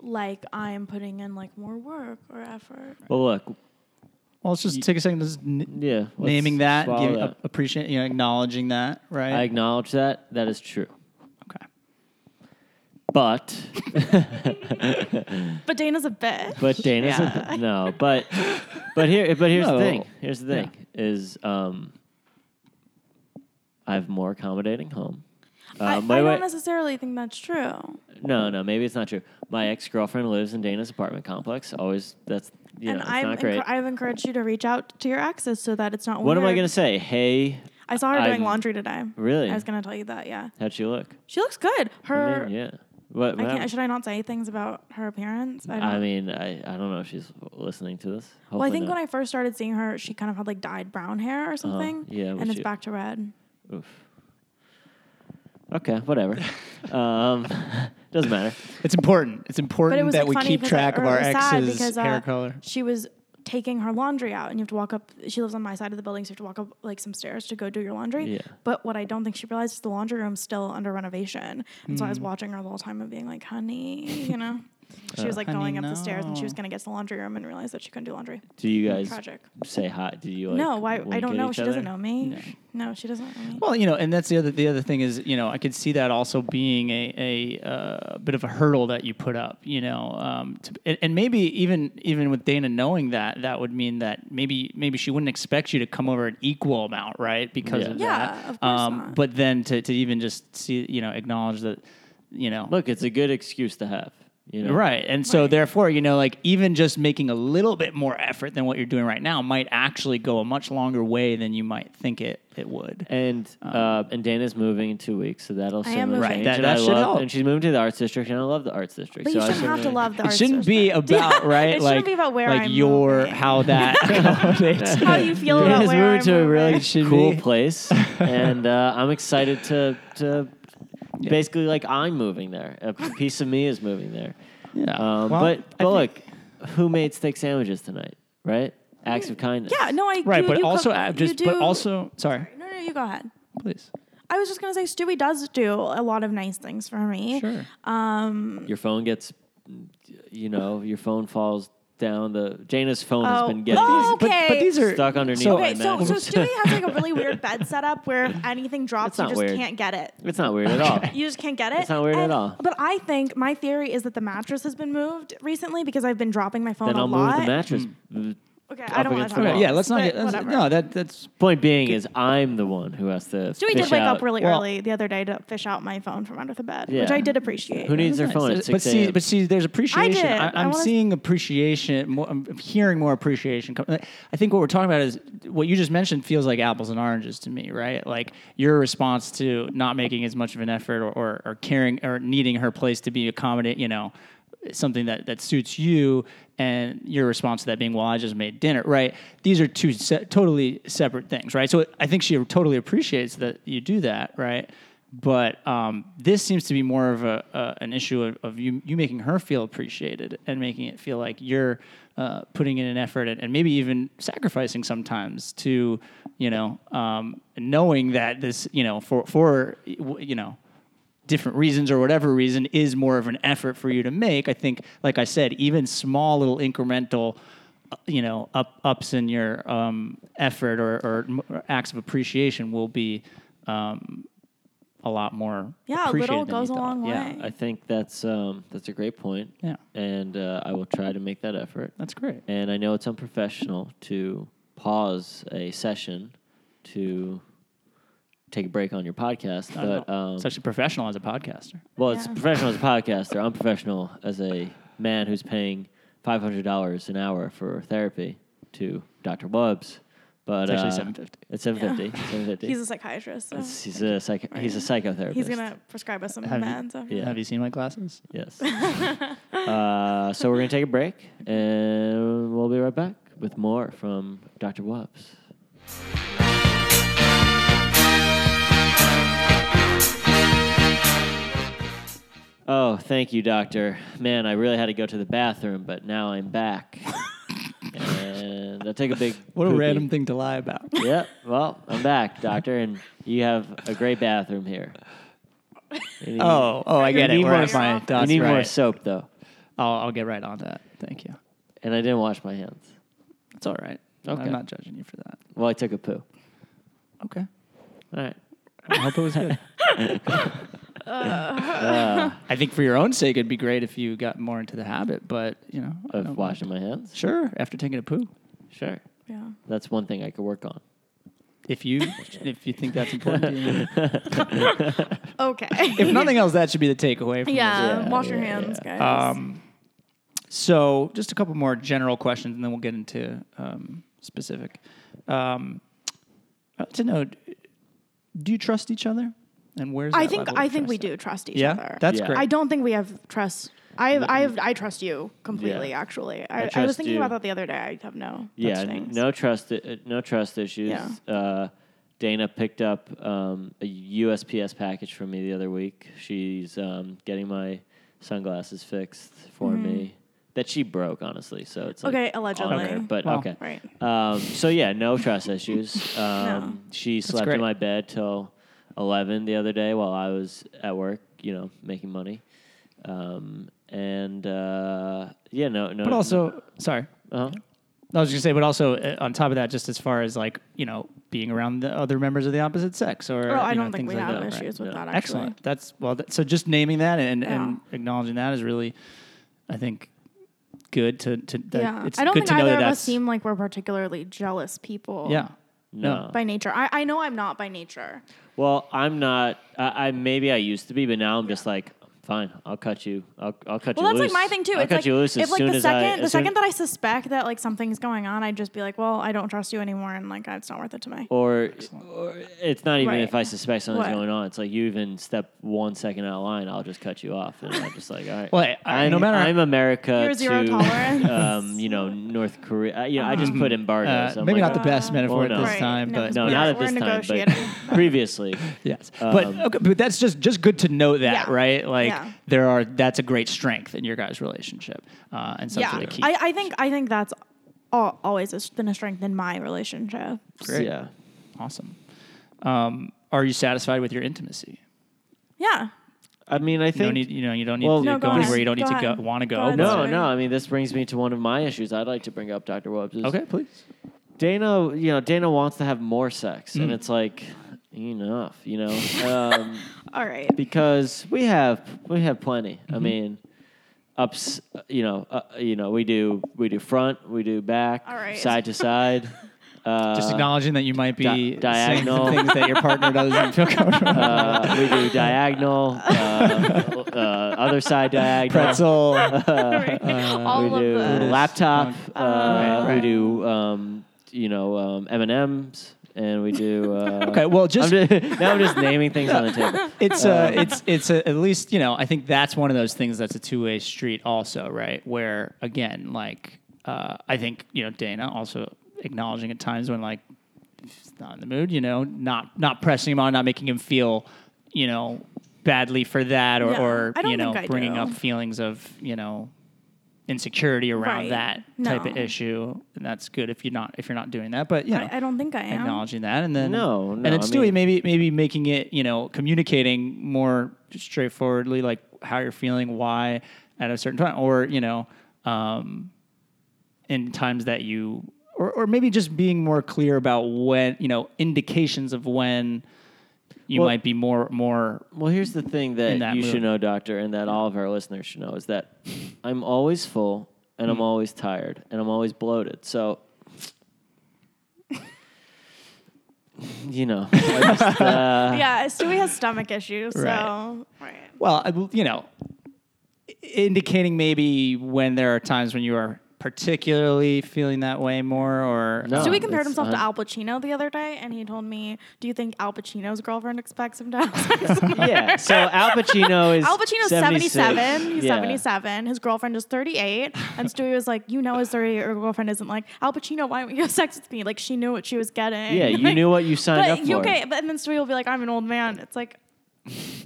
B: like I'm putting in like more work or effort.
A: Well, look,
C: well, let's just take a second. Just n-
A: yeah, let's
C: naming that,
A: swallow
C: give,
A: that.
C: appreciate you know, acknowledging that, right?
A: I acknowledge that. That is true.
C: okay.
A: But
B: But Dana's a bitch.
A: but Dana's
C: Yeah.
A: a, no. But but here but here's
C: No.
A: the thing. Here's the thing is um, I have more accommodating home.
B: I,
A: Um,
B: I
A: wait,
B: don't
A: wait.
B: necessarily think that's true.
A: No, no, maybe it's not true. My ex girlfriend lives in Dana's apartment complex. Always, that's you
B: and
A: know, it's
B: I've,
A: not great.
B: encour- I've encouraged you to reach out to your exes so that it's not
A: what
B: weird.
A: am I gonna say? Hey,
B: I saw her doing
A: I'm-
B: laundry today.
A: really?
B: I was going to tell you that, yeah.
A: How'd she look?
B: She looks good.
A: I
B: Her.
A: mean, yeah. What?
B: I
A: what
B: can't,
A: happened?
B: should I not say things about her appearance? I don't.
A: I mean, I, I don't know if she's listening to this.
B: well, I think when I first started seeing her, she kind of had like dyed brown hair or something.
A: Uh-huh. yeah,
B: and
A: which
B: it's
A: you-
B: back to red.
A: I okay, whatever. Um, doesn't matter.
C: It's important. It's important
B: was,
C: that
B: like,
C: we
B: funny
C: keep
B: because,
C: track
B: like,
C: of our
B: or it was sad
C: ex's
B: because, uh,
C: hair color.
B: She was taking her laundry out, and you have to walk up. She lives on my side of the building, so you have to walk up like some stairs to go do your laundry.
A: Yeah.
B: But what I don't think she realized is the laundry room's still under renovation, and so
C: Mm.
B: I was watching her the whole time and being like, "Honey," you know. She was like
C: Uh, Honey,
B: going up the stairs, and she was
C: no.
B: gonna get to the laundry room and realize that she couldn't do laundry.
A: Do you guys
B: Tragic.
A: say hi? Do you like,
B: no, why? I
A: wink
B: don't
A: at
B: know.
A: each
B: She doesn't
A: other?
B: know me. No, she doesn't know me.
C: Well, you know, and that's the other the other thing is, you know, I could see that also being a a uh, bit of a hurdle that you put up, you know, um, to, and, and maybe even even with Dana knowing that, that would mean that maybe maybe she wouldn't expect you to come over an equal amount, right? Because
A: Yeah.
C: of
B: Yeah,
C: that. Um,
B: of course not.
C: But then to to even just see, you know, acknowledge that, you know,
A: Look, it's a good excuse to have. You know,
C: Right. And so
B: Right.
C: therefore, you know, like even just making a little bit more effort than what you're doing right now might actually go a much longer way than you might think it it would.
A: And uh, and Dana's moving in two weeks, so that'll
B: I
A: soon
B: am
A: change.
B: moving. Right,
C: Um, that-
A: and
C: that
A: I
C: should
A: love,
C: help.
A: And she's moving to the arts district, and I love the arts district.
B: but
A: so
B: you
A: I
B: shouldn't have to
A: really-
B: love the
C: It
B: arts
C: shouldn't be
B: district.
C: about right
B: It
C: like
B: shouldn't be about where
C: like
B: I'm
C: your
B: moving.
C: how that accommodates.
B: how you feel
A: Dana's
B: about where
A: moving
B: I'm
A: to a really
B: moving.
C: Should
A: cool
C: be.
A: place, and uh, I'm excited to to basically like I'm moving there. A p- piece of me is moving there.
C: Yeah.
A: Um,
C: Well,
A: but
C: I
A: but
C: think-
A: look, who made steak sandwiches tonight? Right? Acts of kindness.
B: Yeah, no, I
C: right,
B: do-
C: but
B: you
C: also
B: cook-
C: uh,
B: you
C: just but
B: do-
C: also sorry,
B: No, no, you go ahead.
C: please.
B: I was just gonna say Stewie does do a lot of nice things for me.
C: Sure.
A: Your phone gets, you know, your phone falls down. The Jana's phone has
B: Oh.
A: been getting
B: Oh,
C: But, but
B: Okay.
C: these are
A: stuck underneath
C: So-
A: my
B: Okay, so,
A: mat.
B: so Stewie has like a really weird bed setup where if anything drops,
A: It's
B: you
A: not
B: just
A: weird.
B: can't get it.
A: It's not weird at all.
B: You just can't get it.
A: It's not weird at
B: And-
A: all.
B: But I think my theory is that the mattress has been moved recently because I've been dropping my phone
A: Then
B: a
A: I'll move
B: lot.
A: the mattress.
B: Hmm.
A: Mm.
B: Okay,
A: up
B: I don't want
A: against
B: to
A: the
B: talk
A: wall.
B: about
A: Okay,
C: yeah, let's not
B: this,
C: get
B: but
C: let's,
B: whatever.
C: no, that that's
A: Point being is, I'm the one who has to.
B: Stewie
A: fish
B: did wake
A: out.
B: up really
C: Well-
B: early the other day to fish out my phone from under the bed, which
A: Yeah.
B: I did appreciate.
A: Who needs their phone at
C: But-
A: 6
C: But see,
A: a.m.?
C: but see, there's appreciation.
B: did.
C: I,
B: I
C: am
B: wanna-
C: seeing appreciation. More, I'm hearing more appreciation. come- I think what we're talking about is what you just mentioned feels like apples and oranges to me, right? Like your response to not making as much of an effort or, or, or caring or needing her place to be accommodate, you know, something that, that suits you and your response to that being well i just made dinner right these are two se- totally separate things right so i think she totally appreciates that you do that right but um, this seems to be more of a, uh, an issue of, of you, you making her feel appreciated and making it feel like you're uh, putting in an effort and, and maybe even sacrificing sometimes to you know um, knowing that this you know for for you know different reasons or whatever reason is more of an effort for you to make. I think, like I said, even small little incremental, uh, you know, up, ups in your um, effort or, or, m- or acts of appreciation will be um, a lot more.
B: Yeah, a little
C: appreciated than
B: goes
C: you
B: a
C: thought.
B: long
C: Yeah,
B: way.
A: I think that's um, that's a great point.
C: Yeah.
A: And uh, I will try to make that effort.
C: that's great.
A: And I know it's unprofessional to pause a session to take a break on your podcast,
C: I don't
A: but
C: know.
A: um,
C: Especially professional as a podcaster.
A: well, it's
B: Yeah.
A: professional as a podcaster, unprofessional as a man who's paying five hundred dollars an hour for therapy to Dr. Wubbs. But
C: It's actually
A: uh,
C: 750.
A: It's seven fifty. Seven fifty.
B: He's a psychiatrist. So
A: It's- He's a psych- he's a psychotherapist.
B: he's gonna prescribe us some
C: Have you-
B: meds. after
A: Yeah.
C: Have you seen my glasses?
A: Yes. uh, so we're gonna take a break, and we'll be right back with more from Dr. Wops. Oh, thank you, Doctor. Man, I really had to go to the bathroom, but now I'm back. and I'll take a big.
C: What a
A: poopy.
C: random thing to lie about.
A: Yep. Well, I'm back, Doctor, and you have a great bathroom here. Any-
C: Oh, oh, I get
A: need
C: it. We're
A: more-
C: at my-
B: you
A: you
C: that's
A: need more
C: right.
A: soap, though.
C: I'll, I'll get right on that. Thank you.
A: And I didn't wash my hands.
C: It's all right.
A: Okay.
C: I'm not judging you for that.
A: Well, I took a poo.
C: Okay.
A: All right.
C: I hope it was good. I think for your own sake, it'd be great if you got more into the habit, but you know, I
A: Of
C: don't-
A: washing my hands.
C: Sure, after taking a poo,
A: Sure.
B: Yeah.
A: That's one thing I could work on.
C: if you if you think that's important. to you.
B: Okay.
C: If nothing else, that should be the takeaway. From
B: yeah,
A: Yeah,
B: wash your
A: yeah,
B: hands,
A: yeah.
C: This.
B: guys.
C: Um, so just a couple more general questions, and then we'll get into um, specific. Um, I'd like to know, do you trust each other, and where's
B: I
C: that
B: think
C: level of
B: I think
C: trust
B: we
C: at?
B: do trust each
C: Yeah,
B: other.
C: that's
A: Yeah.
C: great.
B: I don't think we have trust. I have, I have, I trust you completely.
A: Yeah.
B: Actually, I, I, was
A: trust
B: thinking
A: you.
B: about that the other day. I have no.
A: Yeah. n-
B: such things.
A: No trust. i- uh, No trust issues.
B: Yeah.
A: Uh, Dana picked up um, a USPS package from me the other week. She's um, getting my sunglasses fixed for me that she broke, honestly. So it's like,
B: Mm-hmm. Okay,
A: on
B: allegedly.
A: her, but
C: Well.
A: okay.
B: Right.
A: Um, so yeah, no trust issues. Um, She slept
C: great.
A: in my bed till eleven the other day while I was at work, you know, making money. Um, and uh, yeah, no, no.
C: But also, sorry.
A: uh
C: I was just gonna say, but also uh, on top of that, just as far as like you know, being around the other members of the opposite sex, or
B: Oh, I
C: you know,
B: don't think
C: things
B: we
C: like
B: have
C: that.
A: right,
B: issues with
A: yeah.
B: that. Actually.
C: Excellent. That's well. That, so just naming that and, and
B: Yeah.
C: acknowledging that is really, I think, good to to. That
B: yeah.
C: It's
B: I don't
C: good
B: think
C: to know
B: either
C: that
B: of
C: that's
B: us seem like we're particularly jealous people.
C: yeah.
A: no.
B: By nature, I, I know I'm not by nature.
A: Well, I'm not. I, I maybe I used to be, but now I'm just like, fine. I'll cut you. I'll, I'll cut
B: Well,
A: you
B: that's
A: loose.
B: like my thing too.
A: I'll
B: it's
A: cut
B: like
A: you loose as
B: if like
A: soon
B: the
A: as
B: second
A: I.
B: the
A: as soon-
B: second that I suspect that like something's going on, I'd just be like, well, I don't trust you anymore, and like it's not worth it to me.
A: or, or it's not even
B: Right.
A: if I suspect something's
B: What?
A: going on. It's like you even step one second out of line, I'll just cut you off, and I'm just like, all right.
C: Well, I- I-
A: I'm,
C: no matter-
A: I'm America
B: You're zero
A: to,
B: tolerance.
A: um, you know, North Korea. I, you know, I just put
C: Uh,
A: embargoes. I'm
C: maybe
A: like,
C: not the best metaphor
A: no.
C: at this
A: Right.
C: time,
B: No,
C: but
A: No,
B: We're-
A: not at
B: we're
A: this time,
B: negotiating.
A: but previously.
C: Yes, but
A: Um,
C: okay, but that's just just good to know that,
B: Yeah.
C: right? Like
B: Yeah.
C: there are that's a great strength in your guys' relationship, uh, and something
B: yeah,
C: to keep.
B: I, I think I think that's al always has been a strength in my relationship.
C: Great.
A: Yeah.
C: awesome. Um, are you satisfied with your intimacy?
B: Yeah,
A: I mean, I
C: You
A: think
C: don't need, you know, you don't need
A: Well-
C: to
A: No,
C: go,
A: go ahead.
C: anywhere. You don't
B: Go
C: need to
B: ahead.
C: go, want to go.
B: Go ahead.
C: but-
A: No,
B: Sorry.
A: no. I mean, this brings me to one of my issues. I'd like to bring up Dr. Webb's.
C: Okay, please.
A: Dana, you know, Dana wants to have more sex,
C: Mm.
A: and it's like enough, you know, um,
B: all right.
A: because we have we have plenty.
C: Mm-hmm.
A: I mean, ups, you know, uh, you know, we do we do front, we do back,
B: All right.
A: side to side. Uh,
C: Just acknowledging that you might be
A: di-
C: saying
A: diagonal.
C: some things that your partner doesn't feel comfortable. with.
A: uh, we do diagonal, uh, uh, other side diagonal.
C: Pretzel.
B: all
A: uh, we
B: of
A: do
B: the
C: Um,
A: laptop. Uh,
B: Right,
A: We
B: right.
A: do um, you know um, M and M's, and we do. Uh,
C: Okay, well, just-
A: I'm ju- now I'm just naming things on the table.
C: it's uh,
B: Um,
C: it's it's a, at least you know I think that's one of those things that's a two way street also right where again like uh, I think you know Dana also acknowledging at times when like she's not in the mood you know not not pressing him on not making him feel you know badly for that or,
B: Yeah,
C: or
B: I don't
C: you know
B: think I
C: bringing
B: do.
C: up feelings of you know insecurity
B: Right,
C: around that type of
B: no.
C: issue and that's good if you're not if you're not doing that but you know
B: I, I don't think I am.
C: acknowledging that, and then
A: No,
C: and
A: no,
C: then
A: I
C: Stewie
A: mean-
C: maybe maybe making it you know communicating more straightforwardly, like how you're feeling, why at a certain time, or you know, um, in times that you, or or maybe just being more clear about when you know indications of when you
A: Well-
C: might be more more
A: Well, here's the thing that,
C: In that
A: you
C: mood.
A: should know, Doctor, and that all of our listeners should know is that I'm always full and
C: Mm.
A: I'm always tired and I'm always bloated. So, you know, I just, uh,
B: Yeah, Stewie has stomach issues, so
C: Right.
B: right.
C: Well, I will- you know, i- indicating maybe when there are times when you are particularly feeling that way more, or
A: No. Oh,
B: So we compared
A: it's
B: himself to
A: un-
B: Al Pacino the other day, and he told me, "Do you think Al Pacino's girlfriend expects him to have sex?"
A: yeah. So Al Pacino is
B: Al Pacino's
A: 76.
B: seventy-seven. He's
A: Yeah.
B: seventy-seven. His girlfriend is thirty-eight, and Stewie was like, "You know, his thirty-eight girlfriend isn't like Al Pacino. Why won't you have sex with me?" Like she knew what she was getting.
A: Yeah, you knew what you signed
B: But
A: up for.
B: you okay? But and then Stewie will be like, "I'm an old man." It's like,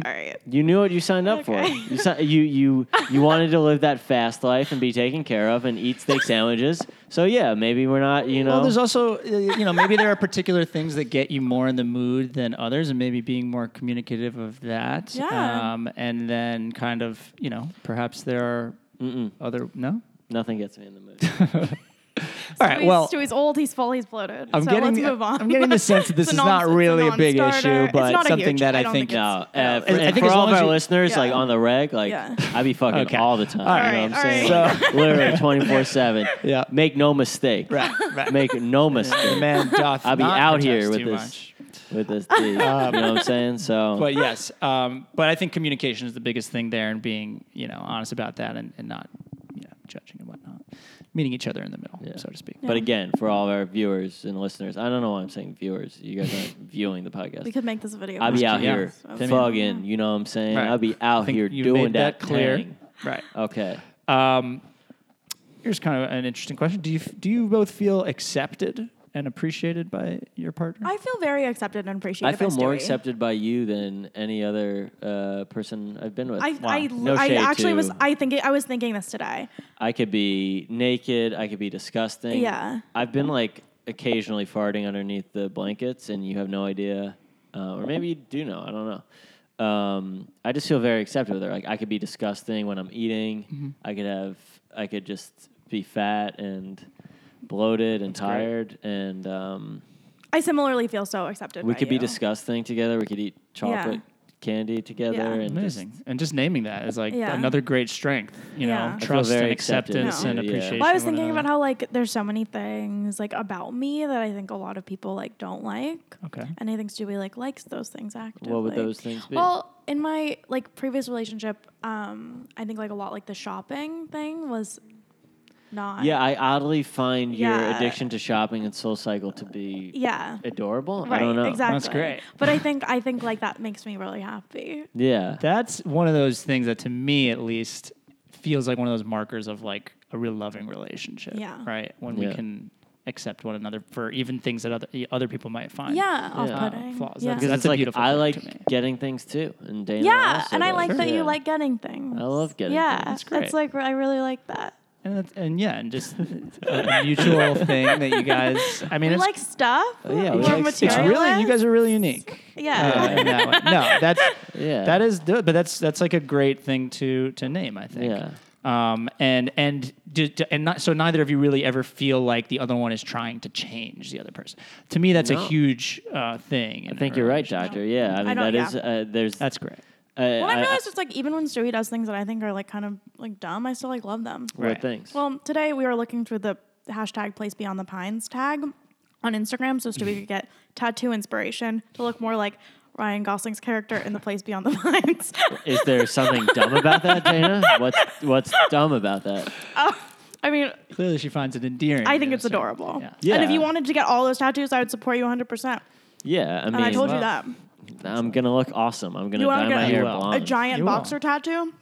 B: all right.
A: You knew what you signed up
B: Okay.
A: for. You, si- you you you wanted to live that fast life and be taken care of and eat steak sandwiches. So yeah, maybe we're not. You know,
C: Well, there's also, uh, you know, maybe there are particular things that get you more in the mood than others, and maybe being more communicative of that.
B: Yeah.
C: Um, and then kind of, you know, perhaps there are other, no?
A: nothing gets me in the mood.
C: All right,
B: Stewie's,
C: well,
B: Stewie's old. He's full. He's bloated.
C: I'm,
B: so
C: getting,
B: let's move on.
C: I'm getting the sense that this
B: It's
C: is
B: a non-
C: not
B: it's a
C: really a big
B: non-starter.
C: issue,
B: It's
C: but
B: not a
C: something
B: huge-
C: that
B: I
C: I
B: don't
C: think,
B: think it's-
A: No,
B: I
A: uh,
B: don't
A: for,
C: think
A: for
C: as
A: all
C: long
A: of
C: as
A: our
C: you-
A: listeners,
B: Yeah.
A: like on the reg, like
B: Yeah.
A: I'd be fucking
C: Okay.
A: all the time.
C: All
A: you know
B: right,
A: what
B: all
A: I'm saying?
C: right.
A: Literally 24 7.
C: Yeah.
A: Make no mistake.
C: Right, right.
A: Make no
C: the
A: mistake
C: man doth
A: I'll be
C: not
A: out here
C: protest
A: with
C: too
A: this.
C: much.
A: with this D. you know what I'm saying? So,
C: But yes, um, but I think communication is the biggest thing there, and being you know honest about that, and, and not you know judging and whatnot, meeting each other in the middle,
A: Yeah.
C: so to speak.
A: but again, for all of our viewers and listeners, I don't know why I'm saying viewers. You guys aren't viewing the podcast.
B: We could make this a video.
A: I'll be out
C: Yeah.
A: here
B: So-
A: fucking, you know what I'm saying?
C: Right.
A: I'll be
C: I
A: out
C: think
A: here
C: you
A: doing
C: made that clear.
A: thing.
C: Right.
A: Okay.
C: Um, here's kind of an interesting question. Do you do you both feel accepted and appreciated by your partner?
B: I feel very accepted and appreciated.
A: I feel
B: by
A: more
B: Stewie.
A: accepted by you than any other uh, person I've been with.
B: I,
C: Wow.
B: I,
A: No
B: I
A: shade
B: actually was
A: to-
B: I think I was thinking this today.
A: I could be naked. I could be disgusting.
B: Yeah.
A: I've been like occasionally farting underneath the blankets, and you have no idea, uh, or maybe you do know. I don't know. Um, I just feel very accepted with her. Like I could be disgusting when I'm eating.
C: Mm-hmm.
A: I could have. I could just be fat and bloated and
C: great.
A: tired, and um,
B: I similarly feel so accepted.
A: we
B: by
A: could be
B: you.
A: disgusting together. We could eat chocolate candy together,
B: Yeah.
A: and just
C: Amazing. and just naming that is like
B: Yeah.
C: another great strength, you
B: Yeah.
C: know,
B: I
A: feel
C: trust
A: very
C: and
A: accepted
C: acceptance
B: too,
C: and
A: yeah.
C: appreciation.
B: Well, I was
C: of one
B: thinking about
C: another.
B: how like there's so many things like about me that I think a lot of people like don't like.
C: Okay.
B: And I think Stewie like likes those things actively.
A: what would those things be?
B: Well, in my like previous relationship, um, I think like a lot like the shopping thing was not
A: yeah, I oddly find your
B: Yeah.
A: addiction to shopping and Soul Cycle to be
B: Yeah.
A: adorable.
B: Right,
A: I don't know.
B: exactly.
C: great.
B: But I think I think like that makes me really happy.
A: Yeah.
C: That's one of those things that to me at least feels like one of those markers of like a real loving relationship.
B: Yeah.
C: Right? When
A: Yeah.
C: we can accept one another for even things that other other people might find.
B: Yeah,
A: Yeah.
B: off
C: Uh,
B: putting.
C: flaws.
B: Yeah,
A: because
C: That's
A: it's
C: a
A: like
C: beautiful
A: I
C: thing
A: like
C: to me.
A: getting things too, and Dana.
B: yeah
A: also
B: and I
A: does.
B: like that
A: Yeah.
B: you like getting things.
A: I love getting
B: Yeah,
A: things.
C: That's great.
B: that's like I really like that.
C: and, that's, and yeah, and just a mutual thing that you guys. I mean,
B: we
C: it's
B: like stuff.
A: yeah, we
B: we're
A: like
C: it's
A: stuff.
C: it's really you
B: materialists.
C: guys are really unique.
B: Yeah.
C: uh, in that way. No, that's
A: Yeah.
C: that is, do- but that's that's like a great thing to to name. I think.
A: Yeah.
C: Um, and and do, do- and not so neither of you really ever feel like the other one is trying to change the other person. To me, that's
A: No.
C: a huge uh, thing.
A: I think you're right, Doctor. Yeah. I mean
B: don't-
A: that is
B: yeah.
A: uh, there's.
C: That's great.
A: uh,
B: Well,
A: I-
B: I
A: I-
B: realized it's like even when Stewie does things that I think are like kind of like dumb, I still like love them.
A: what
C: Right.
A: things.
B: Well, today we were looking through the hashtag Place Beyond the Pines tag on Instagram so Stewie could get tattoo inspiration to look more like Ryan Gosling's character in The Place Beyond the Pines.
A: is there something dumb about that, Dana? What's what's dumb about that?
B: I mean,
C: Clearly, she finds it endearing.
B: I
C: you
B: think
C: know,
B: it's
C: so-
B: adorable.
C: Yeah.
B: And
A: Yeah.
B: if you wanted to get all those tattoos, I would support you 100%.
A: Yeah. I mean,
B: And I told you
C: Wow.
B: that.
A: I'm gonna look awesome. I'm gonna
B: You wanna
A: dye
B: get
A: my
B: a-
A: hair
C: You will.
A: blonde.
B: a giant
C: You will.
B: boxer tattoo.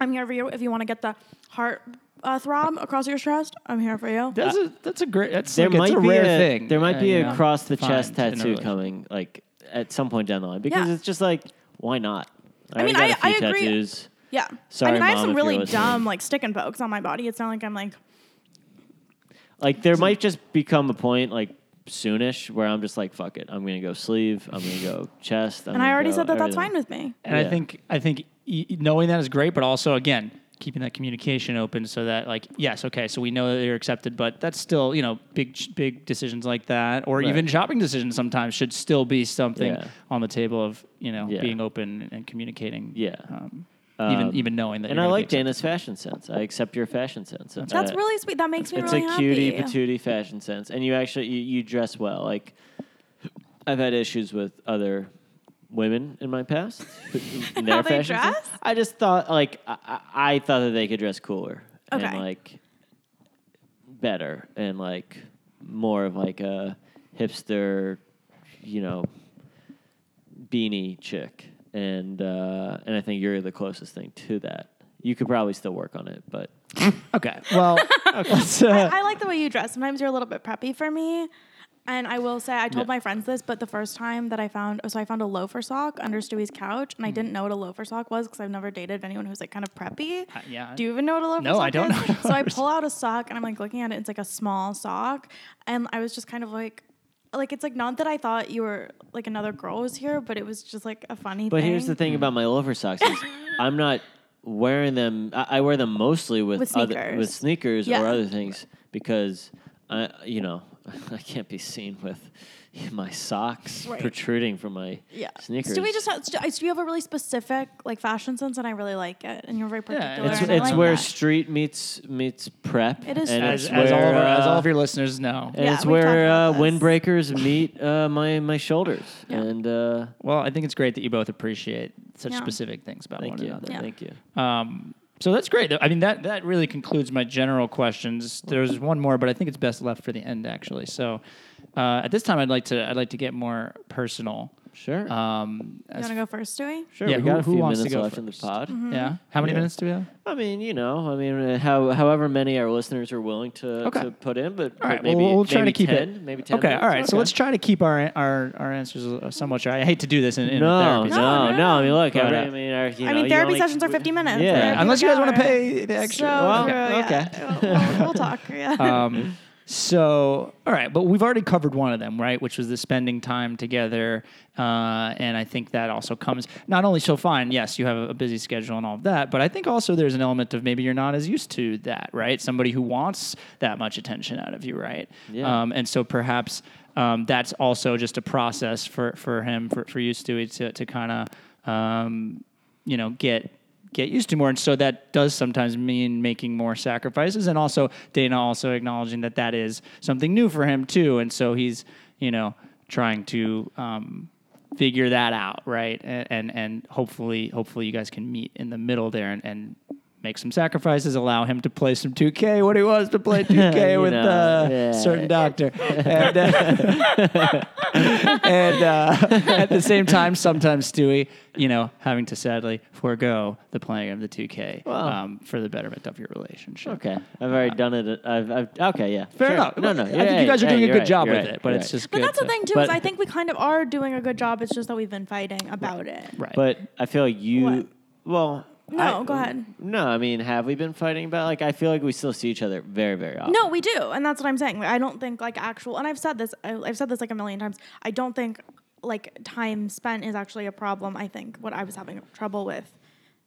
B: I'm here for you. If you want to get the heart uh, throb across your chest, I'm here for you.
C: That's a that's a great. That's
A: there
C: like, it's
A: might
C: a
A: be
C: rare
A: a,
C: thing.
A: There might
C: uh,
A: be
C: you
A: a
C: know,
A: cross the chest
C: find in a
A: tattoo
C: relationship.
A: coming like at some point down the line because
B: Yeah.
A: it's just like why not? I,
B: I mean,
A: already got
B: I-
A: a few
B: I agree.
A: tattoos.
B: Yeah.
A: Sorry,
B: I mean, I have
A: Mom,
B: some
A: if you're
B: really
A: listening.
B: dumb like stick and pokes on my body. It's not like I'm like,
A: Like there might just become a point like soonish where I'm just like fuck it. I'm gonna go sleeve. I'm gonna go chest. I'm
B: and I
A: gonna
B: already
A: go
B: said that that's
A: everything.
B: fine with me.
C: And I
A: Yeah.
C: think I think e- e- knowing that is great, but also again keeping that communication open so that like yes, okay, so we know that you're accepted, but that's still you know big ch- big decisions like that, or
A: Right.
C: even shopping decisions sometimes should still be something
A: Yeah.
C: on the table of you know
A: Yeah.
C: being open and communicating.
A: Yeah.
C: um, even
A: Um,
C: even knowing that.
A: And
C: you're
A: I
C: gonna be
A: like Dana's fashion sense. I accept your fashion sense.
B: That's
A: Uh,
B: really sweet. That makes me
A: It's
B: really
A: a
B: happy.
A: cutie patootie fashion sense, and you actually you, you dress well. Like I've had issues with other women in my past. in their
B: How they
A: fashion sense.
B: dress?
A: I just thought like I, I I thought that they could dress cooler and
B: Okay.
A: like better and like more of like a hipster, you know, beanie chick. And uh, and I think you're the closest thing to that. You could probably still work on it, but
C: accepted. Okay, well, let's, uh,
B: I like the way you dress. Sometimes you're a little bit preppy for me. And I will say, I told my friends this, but the first time that I found, so I found a loafer sock under Stewie's couch,
A: Mm-hmm.
B: and I didn't know what a loafer sock was because I've never dated anyone who's like kind of preppy.
C: Uh, yeah.
B: Do you even know what a loafer
C: No,
B: sock
C: I don't
B: is?
C: know what a
B: So I
C: loafer
B: pull out a sock, and I'm like looking at it. It's like a small sock, and I was just kind of like. Like it's like not that I thought you were like another girl was here, but it was just like a funny
A: But
B: thing.
A: here's the thing about my loafer socks is I'm not wearing them. I, I wear them mostly with
B: With
A: Other,
B: sneakers.
A: with sneakers
B: Yeah.
A: or other things because I, you know, I can't be seen with my socks
B: Right.
A: protruding from my
B: Yeah.
A: sneakers.
B: Do we just have, do, I- do you have a really specific like fashion sense, and I really like it, and you're very particular.
C: it's-
A: It's,
B: and I
A: it's
B: like
A: where
B: that.
A: street meets meets prep.
B: It is
A: and
B: true.
C: as,
A: it's
C: as all of
A: where,
C: our, as all
A: uh,
C: of your listeners know.
A: and
B: Yeah,
A: it's
B: we've talked
A: where
B: about
A: uh,
B: this.
A: windbreakers meet uh, my my shoulders,
B: Yeah.
A: and uh,
C: Well, I think it's great that you both appreciate such
B: Yeah.
C: specific things about
A: thank
C: one
A: you,
C: another.
B: Yeah.
A: thank you.
C: Um, so that's great. I mean, that that really concludes my general questions. There's one more, but I think it's best left for the end, actually. So uh, at this time, I'd like to I'd like to get more personal.
A: Sure.
C: Um,
B: You
C: as-
B: want to go first, Stewie?
A: sure.
C: yeah,
A: we
C: who-
A: got a
C: who
A: few
C: wants to
A: minutes
C: go
A: left in the
C: first?
A: pod.
B: Mm-hmm.
C: yeah. How many
A: Yeah.
C: minutes do we have?
A: I mean, you know, I mean, uh, how, however many our listeners are willing to,
C: Okay.
A: to put in, but,
C: All
A: but
C: right,
A: maybe
C: well, we'll try
A: maybe
C: to keep
A: 10,
C: it.
A: maybe ten.
C: Okay,
A: minutes?
C: all right. So
A: Okay.
C: let's try to keep our our, our answers uh, somewhat short. I hate to do this in, in a
A: No,
C: therapy.
A: no, no,
C: session.
B: No,
A: I mean, look,
C: But,
A: every,
C: uh,
A: I mean, our, you
B: I
A: know,
B: mean,
A: you
B: therapy
A: only-
B: sessions are 50 minutes.
A: Yeah.
B: They're a
C: Unless you
B: few
C: guys want to
B: hours.
C: pay the extra.
B: So
A: Well,
B: true, yeah.
C: okay.
B: We'll, we'll talk. Yeah.
C: um, so, all right, but we've already covered one of them, right? Which was the spending time together, uh, and I think that also comes not only so fine. Yes, you have a busy schedule and all of that, but I think also there's an element of maybe you're not as used to that, right? Somebody who wants that much attention out of you, right?
A: Yeah.
C: Um, and so perhaps um, that's also just a process for for him, for for you, Stewie, to to kind of um, you know get get used to more and so that does sometimes mean making more sacrifices and also dana also acknowledging that that is something new for him too and so he's you know trying to um, figure that out right and, and and hopefully hopefully you guys can meet in the middle there and, and make some sacrifices allow him to play some 2k what he wants to play 2k
A: You
C: with
A: know,
C: uh,
A: yeah.
C: certain doctor and, uh, and uh, at the same time, sometimes Stewie, you know, having to sadly forego the playing of the 2K
A: Well.
C: um, for the betterment of your relationship.
A: Okay, I've already done it. I've, I've okay, yeah,
C: Fair
A: sure.
C: enough.
A: No, no,
C: I
A: yeah,
C: think you guys are
A: hey,
C: doing a
A: you're
C: good
A: right,
C: job
A: you're
C: with
A: right,
C: it, but
A: you're
C: it's
A: right.
C: just
B: But
C: good.
B: that's the
C: to-
B: thing too
A: but-
B: is I think we kind of are doing a good job. It's just that we've been fighting about it.
C: Right.
A: But I feel like you.
B: What?
A: Well,
B: No,
A: I-
B: go ahead.
A: No, I mean, have we been fighting about? Like, I feel like we still see each other very, very often.
B: No, we do, and that's what I'm saying. I don't think like actual, and I've said this, I- I've said this like a million times. I don't think like time spent is actually a problem. I think what I was having trouble with,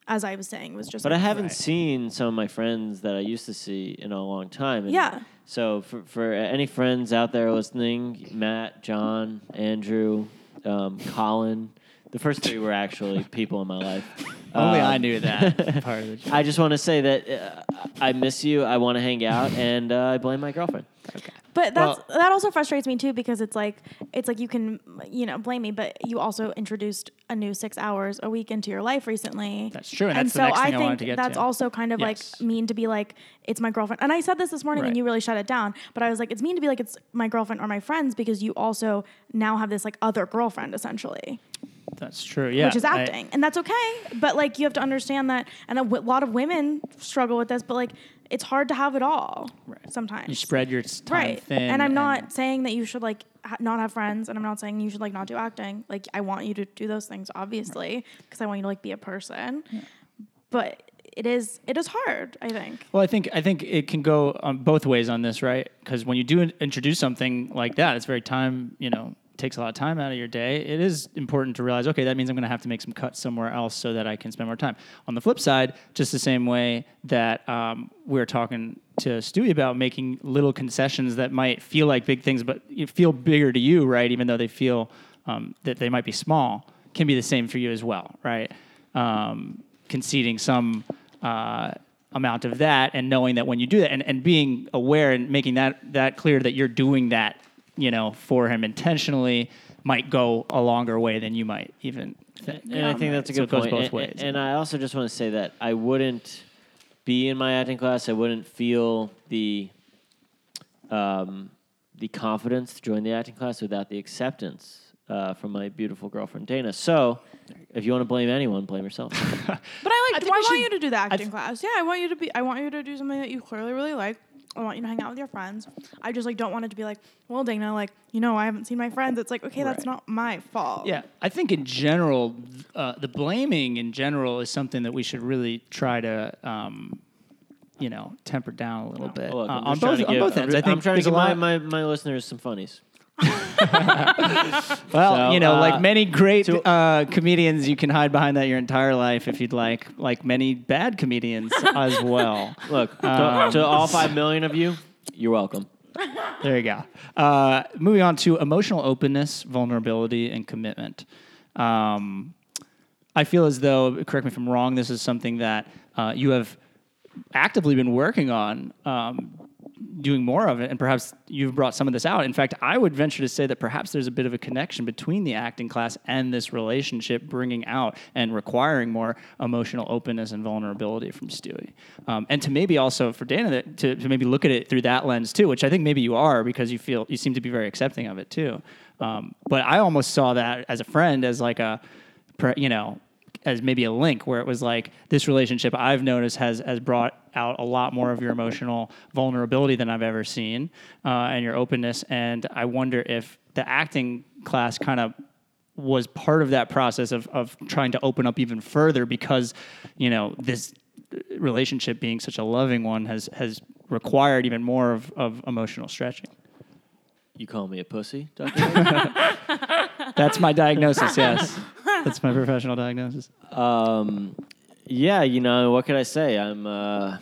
B: as I was saying, was just.
A: But I
B: like,
A: haven't seen some of my friends that I used to see in a long time. and
B: Yeah.
A: So for, for any friends out there listening, Matt, John, Andrew, um, Colin, the first three were actually people in my life.
C: Only
A: Um,
C: I knew that part of the joke.
A: I just want to say that uh, I miss you. I want to hang out, and uh, I blame my girlfriend.
B: But that's
C: Well-
B: that also frustrates me too because it's like it's like you can you know blame me, but you also introduced a new six hours a week into your life recently.
C: That's true, and that's the
B: so
C: next
B: I
C: thing I
B: think
C: wanted to get
B: that's
C: to.
B: also kind of
C: Yes.
B: like mean to be like it's my girlfriend. And I said this this morning,
C: Right.
B: and you really shut it down. But I was like, it's mean to be like it's my girlfriend or my friends because you also now have this like other girlfriend essentially,
C: That's true. Yeah.
B: which is
C: I-
B: acting, and that's okay. But like you have to understand that, and a w- lot of women struggle with this. But like it's hard to have it all
C: Right.
B: sometimes
C: you spread your s- time
B: right
C: thin.
B: and i'm not saying that you should like ha- not have friends and i'm not saying you should like not do acting like i want you to do those things obviously because i want you to like be a person but it is it is hard i think
C: Well, I think I think it can go um, both ways on this, right? Because when you do in- introduce something like that, it's very time, you know, takes a lot of time out of your day. It is important to realize, okay, that means I'm going to have to make some cuts somewhere else so that I can spend more time. On the flip side, just the same way that um, we were talking to Stewie about making little concessions that might feel like big things, but you feel bigger to you, right? Even though they feel um, that they might be small, can be the same for you as well, right? Um, conceding some. Uh, amount of that and knowing that when you do that and, and being aware and making that that clear that you're doing that you know for him intentionally might go a longer way than you might even think
A: And I think that's a
C: So
A: good
C: it goes
A: point.
C: both
A: And-
C: ways
A: And, I also just want to say that I wouldn't be in my acting class. I wouldn't feel the um, the confidence to join the acting class without the acceptance uh, from my beautiful girlfriend Dana. So, if you want to blame anyone, blame yourself.
B: but i like i,
C: think we
B: want
C: should-
B: you to do the acting
C: th-
B: class yeah i want you to be i want you to do something that you clearly really like I want you to hang out with your friends. I just like don't want it to be like, well, Dana, like you know, I haven't seen my friends. It's like, okay, that's
C: Right.
B: not my fault.
C: Yeah, I think in general, uh, the blaming in general is something that we should really try to, um, you know, temper down a little bit
A: Look,
C: uh,
A: I'm
C: on,
A: just trying
C: both,
A: to
C: on
A: give-
C: both
A: I'm
C: ends.
A: ju-
C: I think
A: I'm trying to
C: there's a
A: give my,
C: lot.
A: my, my listeners some funnies.
C: Well,
A: So,
C: you know,
A: uh,
C: like many great
A: to-
C: uh, comedians, you can hide behind that your entire life if you'd like, like many bad comedians as well.
A: Look, to,
C: Um,
A: to all five million of you, you're welcome.
C: There you go. Uh, moving on to emotional openness, vulnerability, and commitment. Um, I feel as though, correct me if I'm wrong, this is something that uh, you have actively been working on um, doing more of it, and perhaps you've brought some of this out. In fact, I would venture to say that perhaps there's a bit of a connection between the acting class and this relationship, bringing out and requiring more emotional openness and vulnerability from Stewie. Um, and to maybe also for Dana that- to, to maybe look at it through that lens too, which I think maybe you are because you feel you seem to be very accepting of it too. Um, but I almost saw that as a friend as like a, per- you know, as maybe a link where it was like this relationship I've noticed has has brought out a lot more of your emotional vulnerability than I've ever seen uh, and your openness and I wonder if the acting class kind of was part of that process of of trying to open up even further because you know this relationship being such a loving one has has required even more of, of emotional stretching.
A: You call me a pussy, Doctor?
C: That's my diagnosis, yes. That's my professional diagnosis.
A: um, yeah, you know what could I say? I'm uh,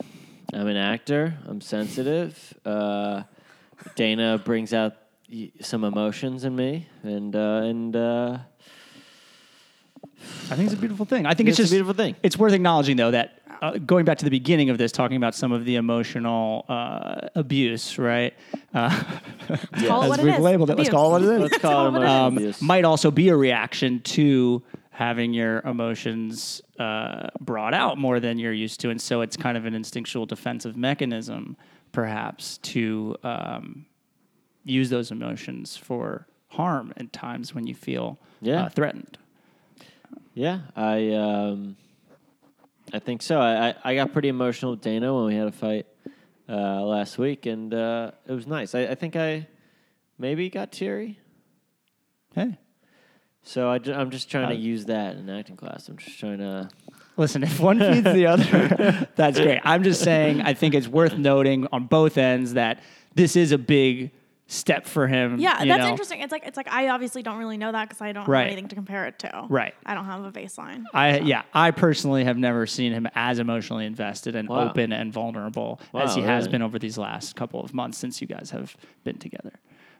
A: I'm an actor. I'm sensitive. Uh, Dana brings out y- some emotions in me, and uh, and uh,
C: I think it's a beautiful thing. I think
A: it's,
C: it's,
A: a
C: just
A: beautiful thing.
C: It's worth acknowledging, though, that uh, going back to the beginning of this, talking about some of the emotional uh, abuse, right? Uh,
B: Call it
C: as
B: what it
C: we've
B: is.
C: labeled it, let's call it
B: Abuse.
C: what it is.
A: Let's call it
B: all it
A: emotional
B: is.
A: abuse.
C: Um, might also be a reaction to having your emotions uh, brought out more than you're used to, and so it's kind of an instinctual defensive mechanism, perhaps, to um, use those emotions for harm in times when you feel
A: Yeah.
C: uh, threatened.
A: Yeah, I um, I think so. I, I, I got pretty emotional with Dana when we had a fight uh, last week, and uh, it was nice. I, I think I maybe got teary.
C: Hey.
A: So I, am just trying
C: Uh,
A: to use that in acting class. I'm just trying to.
C: Listen, if one feeds the other, that's great. I'm just saying, I think it's worth noting on both ends that this is a big step for him.
B: Yeah,
C: you
B: that's
C: know.
B: interesting. It's like it's like I obviously don't really know that because I don't
C: Right.
B: have anything to compare it to.
C: Right.
B: I don't have a baseline.
C: I yeah, I personally have never seen him as emotionally invested and
A: Wow.
C: open and vulnerable as
A: Wow,
C: he has
A: really?
C: been over these last couple of months since you guys have been together.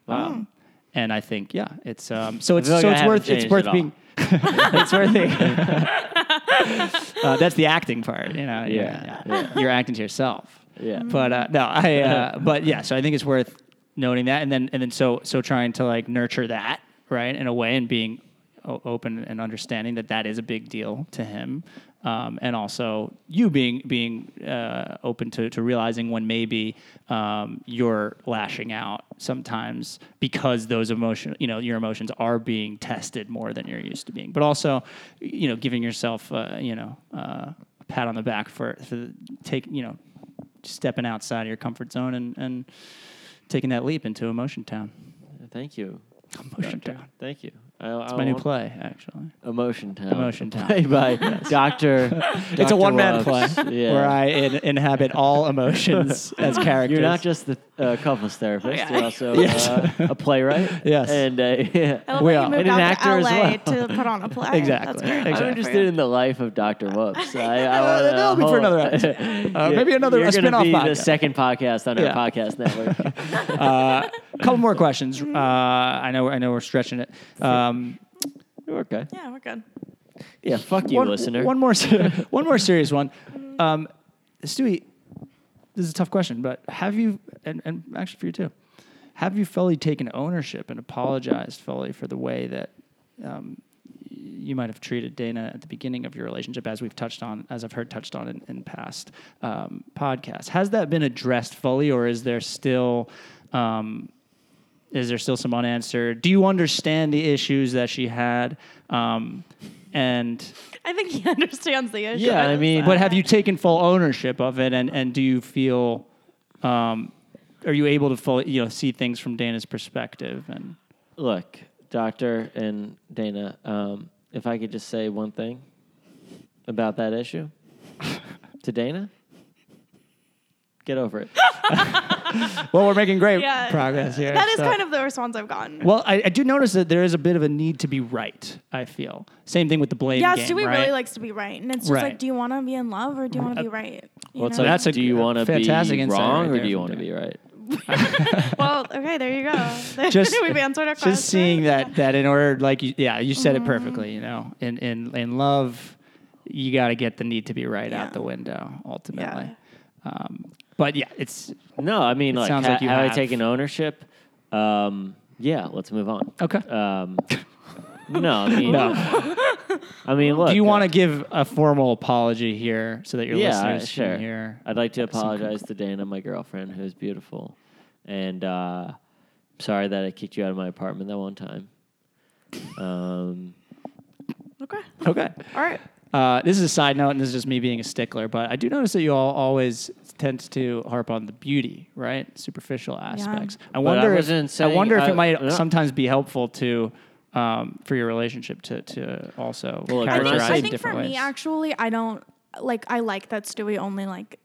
A: Wow.
C: Um, and I think yeah, it's um, so it's
A: feel like
C: so
A: I
C: it's
A: haven't
C: worth it's
A: changed
C: worth
A: at
C: being it's worth it. uh, that's the acting part, you know.
A: Yeah.
C: you're acting to yourself.
A: Yeah.
C: But uh, no, I. Uh, but yeah, so I think it's worth noting that, and then and then so so trying to like nurture that right in a way, and being o- open and understanding that that is a big deal to him, um, and also you being being uh, open to to realizing when maybe um, you're lashing out sometimes because those emotion you know your emotions are being tested more than you're used to being, but also you know giving yourself uh, you know. Uh, a pat on the back for, for take you know stepping outside of your comfort zone and, and taking that leap into Emotion Town.
A: Thank you.
C: Emotion
A: Doctor.
C: Town.
A: Thank you. I, I
C: It's my new
A: want
C: play, actually.
A: Emotion Town.
C: Emotion Town.
A: Played by Doctor.
C: it's a one man play
A: Wubbs. Yeah.
C: where I in, inhabit all emotions as characters.
A: You're not just the uh, couples therapist.
B: Yeah.
A: You're also
C: Yes.
A: uh, a playwright.
C: Yes.
A: And uh, a,
B: I love
C: We
B: that
C: are.
B: you
A: And
B: moved
A: an
B: out
A: actor
B: to
A: as
B: LA
A: well.
B: to put on a play.
C: Exactly.
B: That's very
C: Exactly.
A: I'm
B: important for
A: interested
B: you.
A: in the life of Dr. Whoops. I, I
C: Uh,
A: wanna
C: that'll be for
A: whole-
C: another episode. Uh,
A: You're-
C: maybe another
A: You're
C: a
A: gonna
C: spin-off
A: be the
C: podcast.
A: second podcast on
C: Yeah.
A: our podcast network.
C: uh, couple more questions. Uh, I know I know we're stretching it. Um,
A: okay.
B: Yeah, we're good.
A: Yeah. Fuck you,
C: one,
A: listener.
C: One more, ser- one more serious one. Um, Stewie, this is a tough question, but have you, and, and actually for you too, have you fully taken ownership and apologized fully for the way that um, y- you might have treated Dana at the beginning of your relationship, as we've touched on, as I've heard touched on in, in past um, podcasts? Has that been addressed fully, or is there still um, is there still some unanswered? Do you understand the issues that she had? Um, and
B: I think he understands the issue.
A: Yeah, I mean-
C: but have you taken full ownership of it? And and do you feel, um, are you able to fully you know see things from Dana's perspective? And
A: Look, Doctor and Dana, um, if I could just say one thing about that issue to Dana, get over it.
C: well, we're making great
B: Yeah.
C: progress here.
B: That is
C: so-
B: kind of the response I've gotten.
C: Well, I, I do notice that there is a bit of a need to be right. I feel same thing with the blame.
B: yeah,
C: game,
B: Stewie
C: right?
B: really likes to be right, and it's just
C: Right. Uh,
B: like, do you want to be in love or do you want to be right? You
A: Well, it's
B: know?
A: like,
C: That's a
A: do you
C: g-
A: want to be
C: fantastic insight right
A: wrong or
C: there
A: do you
C: from
A: want to be
C: Dana.
A: right?
B: well, okay, there you go.
C: Just-
B: we've answered our question. Mm-hmm.
C: just seeing that that in order like you, yeah you said it perfectly you know in in in love you got to get the need to be right
B: Yeah.
C: out the window ultimately Um, but yeah, it's
A: No, I mean,
C: It
A: like,
C: sounds
A: ha-
C: like you
A: have I
C: have.
A: taken ownership? Um, yeah, let's move on.
C: okay.
A: Um, no, I mean,
C: No.
A: I mean, look.
C: Do you want to give a formal apology here so that your
A: Yeah,
C: listeners
A: sure.
C: can hear?
A: I'd like to
C: some
A: apologize to Dana, my girlfriend, who's beautiful, and uh, sorry that I kicked you out of my apartment that one time. Um,
B: Okay.
C: Okay.
B: All right.
C: Uh, this is a side note, and this is just me being a stickler, but I do notice that you all always tend to harp on the beauty, right? Superficial aspects. I
A: But I
C: wonder. if,
A: wasn't saying-
C: I wonder if
A: I-
C: it might
A: no.
C: sometimes be helpful to um, for your relationship to to also
A: Well, Characterize
B: I think, I
C: characterize in
B: think for
C: different ways.
B: me, actually, I don't like. I like that Stewie only like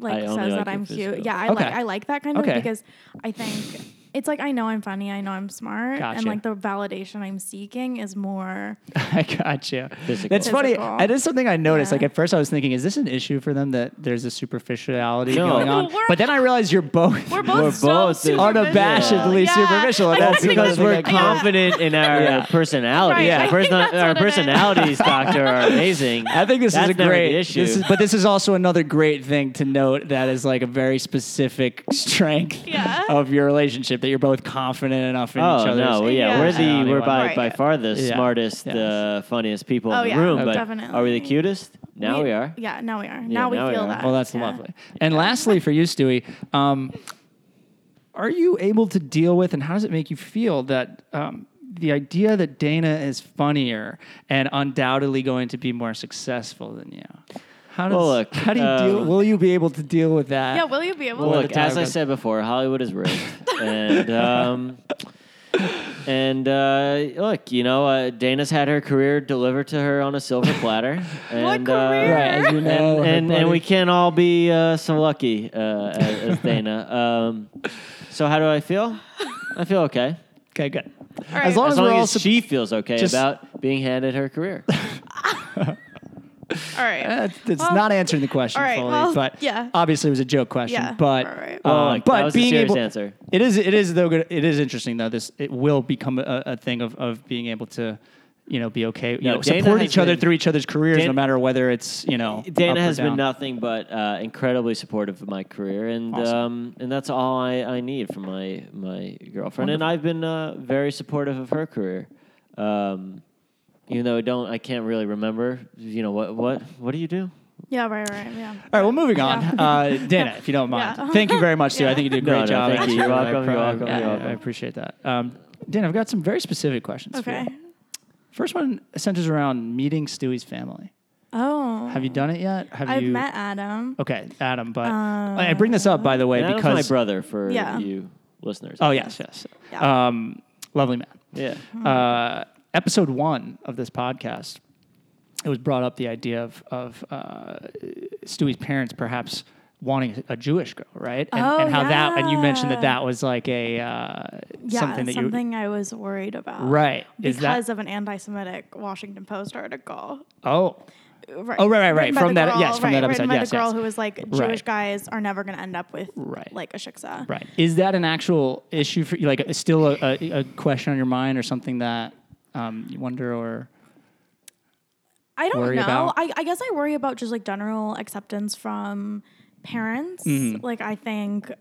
B: like
A: I
B: says
A: only like
B: that
A: your
B: I'm cute.
A: physical.
B: Yeah, I
C: Okay.
B: like I like that kind
C: Okay.
B: of because I think it's like I know I'm funny, I know I'm smart, and
C: Gotcha.
B: like the validation I'm seeking is more.
C: I got you.
A: Physical.
C: That's funny.
B: Physical.
C: That is something I noticed.
B: Yeah.
C: Like at first, I was thinking, is this an issue for them that there's a superficiality
A: No.
C: going on?
B: We're-
C: but then I realized you're both.
B: We're
A: We're
B: both, so
A: both the-
B: superficial.
C: Unabashedly
B: Yeah.
C: superficial, and
B: I
C: that's
B: think
A: because
C: because
B: that's
C: I
A: we're
B: what-
C: think I-
A: confident in our
C: Yeah.
A: personalities.
B: Right, I
A: Our, person-
B: think that's
A: our
B: what it is.
A: personalities, doctor, are amazing.
C: I think this
A: That's
C: is a
A: never
C: great
A: the issue.
C: This is, but this is also another great thing to note that is like a very specific strength
B: Yeah.
C: of your relationship that you're both confident enough in
A: Oh
C: each other.
A: no! Well, yeah,
B: Yeah.
A: we're the
C: personality
A: we're
C: one.
A: by
B: Right.
A: by far the
C: Yeah.
A: smartest,
C: Yeah.
A: uh, funniest people
B: Oh,
A: in the
B: yeah,
A: room. But
B: definitely.
A: are we the cutest? Now we, are.
B: Yeah, now we are. now we
A: now we
B: feel
A: are.
B: that.
C: Well, that's
B: yeah.
C: lovely. And lastly, for you, Stewie, um, are you able to deal with and how does it make you feel that um, the idea that Dana is funnier and undoubtedly going to be more successful than you? How does
A: Well, look,
C: how do you
A: um,
C: deal? Will you be able to deal with that?
B: Yeah, will you be able?
A: Well,
C: Well,
B: to
A: look,
C: the
A: as I
C: time-
A: said before, Hollywood is rigged, and um, and uh, look, you know, uh, Dana's had her career delivered to her on a silver platter, and
B: career?
A: Uh,
C: Right, as you know, her
A: and, and, and
C: buddy-
A: we can't all be uh, so lucky uh, as, as Dana. Um, so how do I feel? I feel okay.
C: okay, good.
B: right.
C: As long as,
A: As long
C: we're all
A: as
C: sup-
A: she feels okay
C: just-
A: about being handed her career.
B: All right.
C: Uh, it's it's
B: Well,
C: not answering the question
B: all right,
C: fully,
B: well,
C: but
B: yeah.
C: obviously it was a joke question.
B: Yeah,
C: But
B: all right.
C: um,
A: Uh, that
C: but
A: was a
C: being
A: serious
C: able,
A: answer.
C: it is it is though good- it is interesting though. This it will become a, a thing of, of being able to you know be okay you
A: No,
C: know
A: Dana
C: support
A: has
C: each other
A: been-
C: through each other's careers
A: Dan-
C: no matter whether it's you know up or
A: Dana has
C: down.
A: been nothing but uh, incredibly supportive of my career, and
C: Awesome.
A: um, and that's all I, I need from my my girlfriend. And
C: Wonderful.
A: I've been uh, very supportive of her career, um, even though I don't I can't really remember. You know what what what do you do?
B: yeah, right, right, yeah.
C: All right, well, moving on.
B: Yeah.
C: Uh, Dana, if you don't mind.
B: Yeah.
C: Thank you very much, Sue. I
B: Yeah.
C: think you did a
A: No,
C: great
A: no,
C: job.
A: thank you. You're
C: answering.
A: welcome, you're
C: I-
A: welcome, you're
C: I-
A: welcome.
C: I appreciate that. Um, Dana, I've got some very specific questions. for
B: Okay.
C: you. First one centers around meeting Stewie's family.
B: Oh.
C: Have you done it yet? Have
B: I've
C: you
B: met uh, Adam.
C: Okay, Adam, but I I bring this up by the way
A: And Adam's
C: because
A: my brother for
B: Yeah.
A: you listeners.
C: Oh yes, yes.
B: Yeah.
C: Um, lovely man.
A: yeah.
B: Mm-hmm.
C: Uh, episode one of this podcast, it was brought up the idea of of uh, Stewie's parents perhaps wanting a Jewish girl, right? And,
B: Oh,
C: and how that and you mentioned that
B: yeah.
C: that was like a uh,
B: yeah,
C: something that you
B: something I was worried about.
C: right
B: Because
C: is that
B: of an anti-Semitic Washington Post article.
C: oh
B: Right.
C: Oh, right, right, right.
B: Written by the
C: From that-
B: girl-
C: yes, from
B: right,
C: that episode,
B: Written by
C: yes,
B: the girl
C: yes.
B: who was like, Jewish
C: Right.
B: guys are never going to end up with
C: Right.
B: like a shiksa.
C: right is that an actual issue for you like uh, still a, a, a question on your mind or something that um, you wonder or
B: I don't
C: worry
B: know.
C: about?
B: I, I guess I worry about just like general acceptance from parents.
C: Mm-hmm.
B: Like I think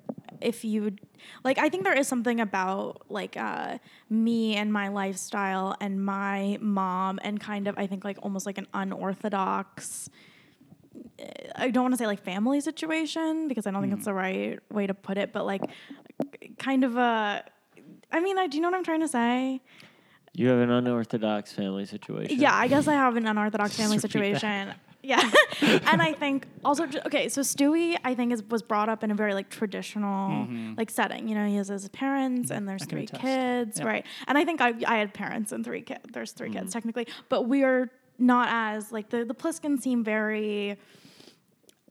B: if you like I think there is something about like uh me and my lifestyle and my mom and kind of I think like almost like an unorthodox eh, I don't want to say like family situation because I don't think
C: Mm.
B: it's the right way to put it, but like kind of a I mean, I, do you know what I'm trying to say?
A: You have an unorthodox family situation.
B: Yeah, I guess I have an unorthodox family
C: Just repeat that.
B: situation. Yeah, and I think also ju- okay. So Stewie, I think, is was brought up in a very like traditional like setting. You know, he has his parents and there's
C: I Mm-hmm. can
B: three
C: attest.
B: kids,
C: Yeah.
B: right? And I think I I had parents and three kids. There's 3
C: Mm.
B: kids technically, but we're not as like the the Pliskins seem very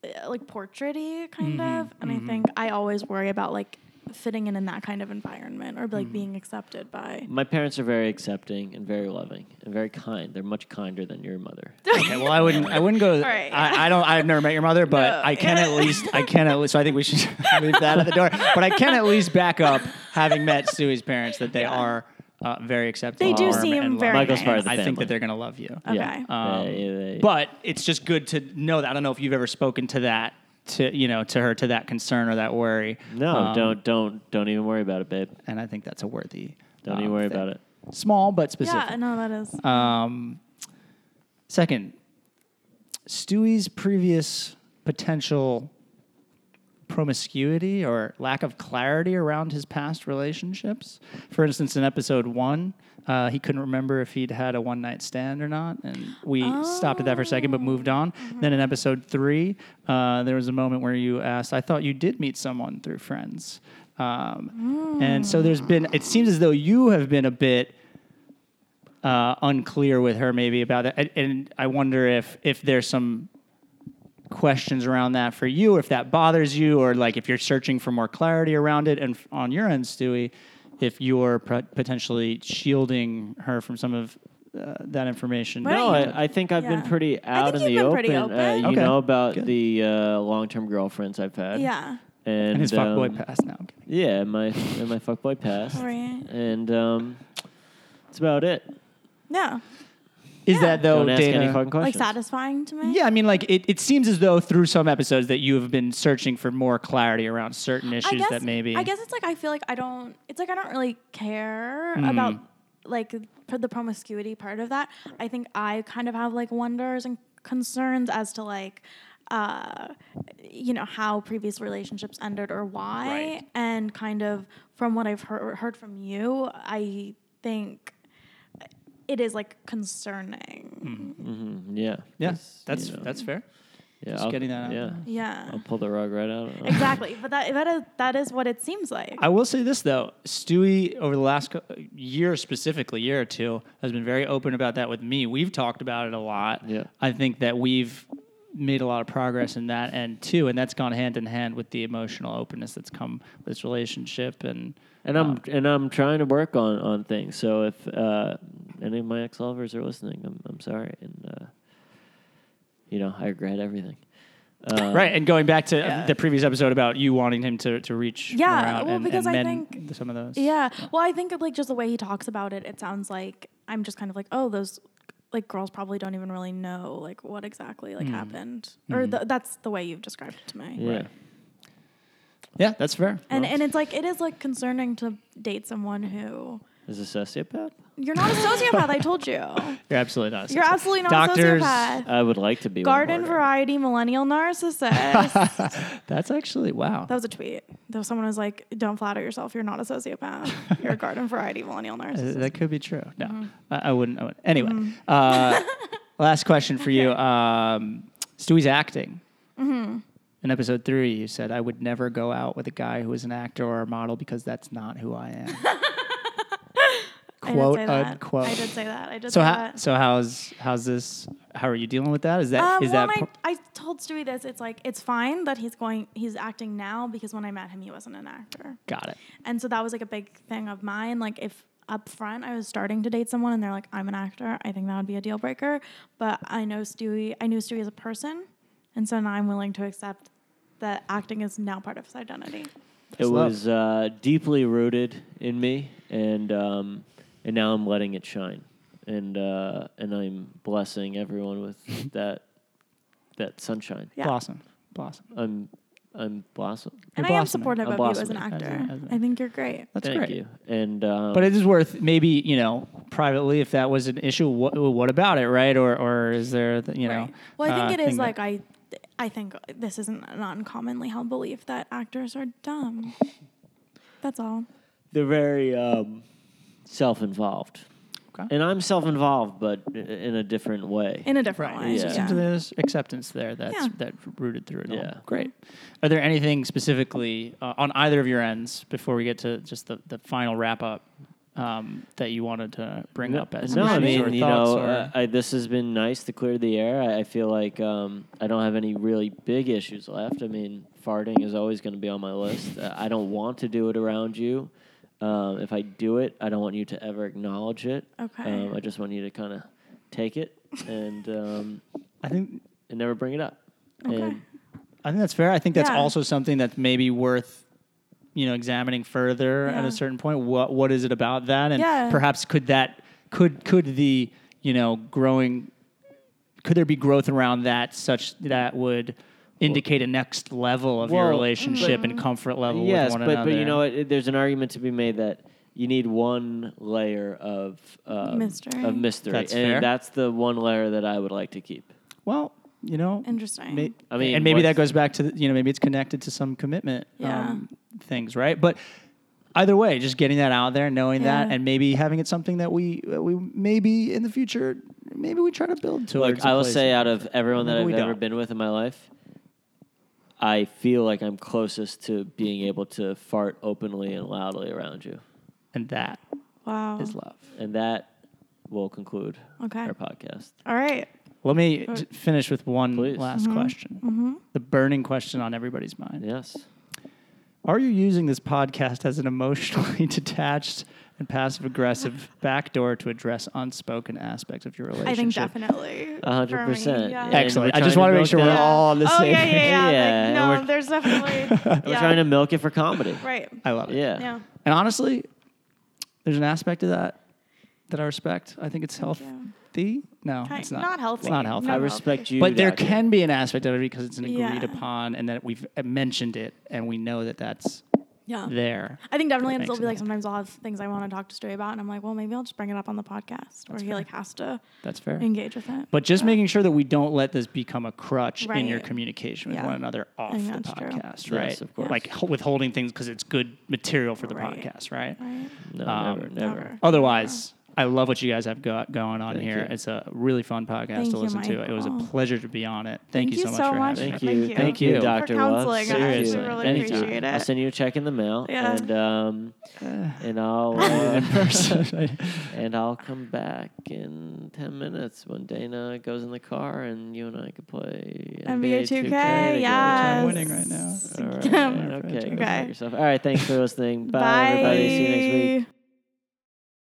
B: uh, like portraity kind
C: Mm-hmm.
B: of, and I think I always worry about like fitting in in that kind of environment or like
C: Mm.
B: being accepted by.
A: My parents are very accepting and very loving and very kind. They're much kinder than your mother.
C: Okay, well, I wouldn't. I wouldn't go.
B: right.
C: I, I don't. I've never met your mother, but
B: No.
C: I can at least. I can at least. So I think we should leave that at the door. But I can at least back up, having met Stewie's parents, that they are uh, very accepting.
B: They do
C: warm, and
B: seem
C: loving.
B: very Uh,
A: Michael's part of nice. the
C: I think
A: family.
C: that they're gonna love you.
B: Okay.
A: Yeah.
C: Um,
A: They- they-
C: But it's just good to know that. I don't know if you've ever spoken to that to you know to her to that concern or that worry.
A: No,
C: Um,
A: don't don't don't even worry about it, babe.
C: And I think that's a worthy.
A: Don't
C: um,
A: even worry
C: thing.
A: about it.
C: Small but specific.
B: Yeah, no, that is.
C: Um, second, Stewie's previous potential promiscuity or lack of clarity around his past relationships. For instance, in episode one, uh, he couldn't remember if he'd had a one night stand or not, and we stopped at that for a second but moved on. Then in episode three, uh, there was a moment where you asked, I thought you did meet someone through friends. Um, And so there's been, it seems as though you have been a bit uh, unclear with her maybe about it, and, and I wonder if if there's some questions around that for you, if that bothers you, or like if you're searching for more clarity around it, and f- on your end, Stewie, if you're pro- potentially shielding her from some of uh, that information.
B: Why
A: No,
B: don't
A: I, I think I've been
B: Yeah.
A: pretty
B: I
A: out in
B: think
A: the
B: you've
A: open.
B: been pretty
A: Uh,
B: open.
A: you
C: Okay.
A: know about
C: Good.
A: the uh, long-term girlfriends I've had.
B: yeah.
A: and,
C: and his fuckboy
A: um,
C: past now. Okay.
A: Yeah, and my and my fuckboy past,
B: Right.
A: and um, that's about it.
B: Yeah.
C: Is
B: Yeah.
C: that though,
A: Don't ask
C: Dana?
A: any fucking
B: Like
A: questions.
B: satisfying to me.
C: yeah, I mean, like it, it seems as though through some episodes that you have been searching for more clarity around certain issues
B: I guess,
C: that maybe.
B: I guess it's like I feel like I don't. It's like I don't really care
C: Hmm.
B: about like for the promiscuity part of that. I think I kind of have like wonders and concerns as to like. Uh, you know how previous relationships ended or why,
C: Right.
B: and kind of from what I've heard heard from you, I think it is like
C: Hmm.
B: concerning.
A: Mhm, yeah,
C: Yeah,
A: It's,
C: that's
A: you know,
C: that's fair.
A: yeah,
C: just
A: I'll-
C: getting that out.
A: Yeah,
B: Yeah,
A: I'll pull the rug right out.
B: exactly. But that that is that is what it seems like.
C: I will say this though, Stewie over the last co- year specifically, year or two, has been very open about that with me. We've talked about it a lot.
A: Yeah.
C: I think that we've made a lot of progress in that end too, and that's gone hand in hand with the emotional openness that's come with this relationship. And um,
A: And I'm and I'm trying to work on on things. So if uh, any of my ex lovers are listening, I'm I'm sorry, and uh, you know I regret everything. Uh,
C: right, and going back to the previous episode about you wanting him to to reach more
B: Yeah,
C: out
B: well,
C: and,
B: because
C: and
B: I
C: mend
B: think-
C: th- some of those.
B: Yeah. Well, I think like just the way he talks about it, it sounds like I'm just kind of like, oh, those like girls probably don't even really know like what exactly
C: Mm.
B: like happened, or th- that's the way you've described it to me.
A: Yeah.
C: yeah, that's fair.
B: And and it's like it is like concerning to date someone who
A: Is a sociopath?
B: you're not a sociopath. I told you,
C: You're absolutely not. a
B: you're
C: sociopath.
B: absolutely not
C: Doctors-
B: a sociopath.
A: I would like to be. one
B: Garden
A: more.
B: variety millennial narcissist. that
C: That's actually wow.
B: was a tweet. Though someone was like, "Don't flatter yourself. You're not a sociopath. You're a garden variety millennial
C: Uh,
B: narcissist."
C: That could be true. No,
B: Mm-hmm.
C: I, I wouldn't. I wouldn't. Anyway, uh, last question for you. Um, Stewie's acting.
B: Mm-hmm.
C: In episode three, you said, I would never go out with a guy who is an actor or a model because that's not who I am.
B: I
C: Quote
B: did say that.
C: unquote.
B: I did say that. I did
C: so,
B: say
C: how,
B: that.
C: so how's, how's this? How are you dealing with that? Is that,
B: Um,
C: is
B: well,
C: that,
B: and
C: par-
B: I, I told Stewie this. It's like it's fine that he's going, he's acting now because when I met him, he wasn't an actor,
C: got it.
B: and so that was like a big thing of mine. Like if up front I was starting to date someone and they're like, I'm an actor, I think that would be a deal breaker. But I know Stewie, I knew Stewie as a person, and so now I'm willing to accept that acting is now part of his identity.
A: It
C: That's love.
A: was uh, deeply rooted in me, and um, and now I'm letting it shine, and uh, and I'm blessing everyone with that that sunshine.
B: Yeah.
C: Blossom. Blossom.
A: I'm I'm blossom.
B: and I
C: You're
B: am
C: blossoming.
B: supportive
A: I'm
B: of you as an
A: blossoming.
C: As an-
B: actor.
C: as an-
B: I think you're great.
C: That's
A: Thank
C: great.
A: you. And um,
C: But it is worth maybe you know privately if that was an issue. What, what about it, right? Or or is there the, you know?
B: Right. Well, I think
C: uh,
B: it is
C: thing that-
B: like I, I think this isn't an uncommonly held belief that actors are dumb. That's all.
A: they're very um, self-involved,
C: Okay.
A: and I'm self-involved, but i- in a different way.
B: In a different
C: Right.
B: way.
A: Yeah.
C: So it seems there's acceptance there that's
B: Yeah.
C: that rooted through it all.
A: Yeah.
C: Great. Are there anything specifically uh, on either of your ends before we get to just the, the final wrap up um, that you wanted to bring
A: no,
C: up as
A: no, I
C: issues
A: mean
C: or
A: you
C: thoughts
A: know,
C: or-
A: uh, I, this has been nice to clear the air. I, I feel like um, I don't have any really big issues left. I mean, farting is always going to be on my list. Uh, I don't want to do it around you. Um, if I do it, I don't want you to ever acknowledge it.
B: Okay.
A: Um, I just want you to kind of take it and um,
C: I think
A: and never bring it up.
B: Okay.
A: And
C: I think that's fair. I think that's
B: Yeah.
C: also something that's maybe worth you know examining further at
B: Yeah.
C: a certain point. What what is it about that, and
B: Yeah.
C: perhaps could that could could the you know growing could there be growth around that such that would indicate a next level of your
A: Well,
C: relationship
B: Mm-hmm.
C: and comfort level
A: yes,
C: with one
A: but
C: another.
A: but you know what? It- There's an argument to be made that you need one layer of um,
B: Mystery.
A: Of mystery,
C: That's
A: and
C: fair.
A: that's the one layer that I would like to keep.
C: Well, you know,
B: Interesting.
C: May-
A: I mean,
C: and maybe that
A: what's-
C: goes back to the, you know maybe it's connected to some commitment
B: Yeah.
C: um, things, right? But either way, just getting that out there, knowing that,
B: Yeah.
C: and maybe having it something that we that we maybe in the future maybe we try to build to.
A: Look, I will say, out of everyone that
C: Maybe
A: I've
C: we
A: ever
C: don't.
A: been with in my life, I feel like I'm closest to being able to fart openly and loudly around you,
C: and that
B: wow.
C: is love.
A: and that will conclude
B: Okay.
A: our podcast.
B: All right.
C: Let me
B: Uh,
C: j- finish with one
A: Please.
C: last question,
B: Mm-hmm.
C: the burning question on everybody's mind.
A: Yes.
C: Are you using this podcast as an emotionally detached and passive aggressive backdoor to address unspoken aspects of your relationship?
B: I think definitely.
A: A hundred
B: for me,
A: percent.
B: yeah.
A: And
C: Excellent.
A: we're
C: I just
A: trying
C: want to make
A: milk
C: sure we're
A: that.
C: all on the
B: oh,
C: same
B: yeah,
C: page.
B: yeah, yeah.
A: Yeah,
B: Like, no,
A: we're-
B: there's definitely.
A: We're
B: yeah.
A: trying to milk it for comedy.
B: Right.
C: I love it.
A: Yeah.
B: Yeah.
C: And honestly, there's an aspect of that that I respect. I think it's healthy. No,
B: Kind-
C: it's not.
B: not healthy.
C: It's not healthy.
B: No.
A: I respect you.
C: But there
A: that-
C: can be an aspect of it because it's an agreed
B: Yeah.
C: upon and that we've uh, mentioned it and we know that that's
B: Yeah.
C: there.
B: I think definitely
C: That
B: it'll
C: makes
B: be
C: it
B: like
C: happen.
B: sometimes I'll have things I want to talk to Stewie about, and I'm like, well, maybe I'll just bring it up on the podcast, or he like has to
C: That's fair.
B: engage with it.
C: But just making sure that we don't let this become a crutch in your
B: Right.
C: communication with
B: Yeah.
C: one another off the
B: think that's true.
C: podcast,
A: Yes,
C: right?
A: of course.
C: Like h- withholding things because it's good material for the
B: Right.
C: podcast, right?
B: Right.
A: No,
C: Um,
A: never, never.
B: never.
C: Otherwise, I love what you guys have got going on
A: Thank
C: here.
A: you.
C: It's a really fun podcast
B: Thank
C: to
B: you,
C: listen to. It was a
B: Michael.
C: pleasure to be on it. Thank, you so much for having
A: Thank
C: me.
A: you. Thank
C: Thank
A: you,
C: you.
A: Dr.
B: For
A: Love.
B: counseling us.
A: Seriously.
B: We really
A: Anytime.
B: appreciate
A: I'll
B: it.
A: send you a check in the mail.
B: Yeah.
A: And, um, and I'll.
C: in
A: Uh,
C: person.
A: And I'll come back in 10 minutes when Dana goes in the car and you and I could play NBA,
B: NBA
A: 2K.
B: 2K,
A: together.
B: yes.
C: I'm winning right now.
A: All right.
B: Yeah.
A: Okay. go fuck
B: Okay.
A: yourself. All right. Thanks for listening. Bye,
B: Bye.
A: everybody. See you next week.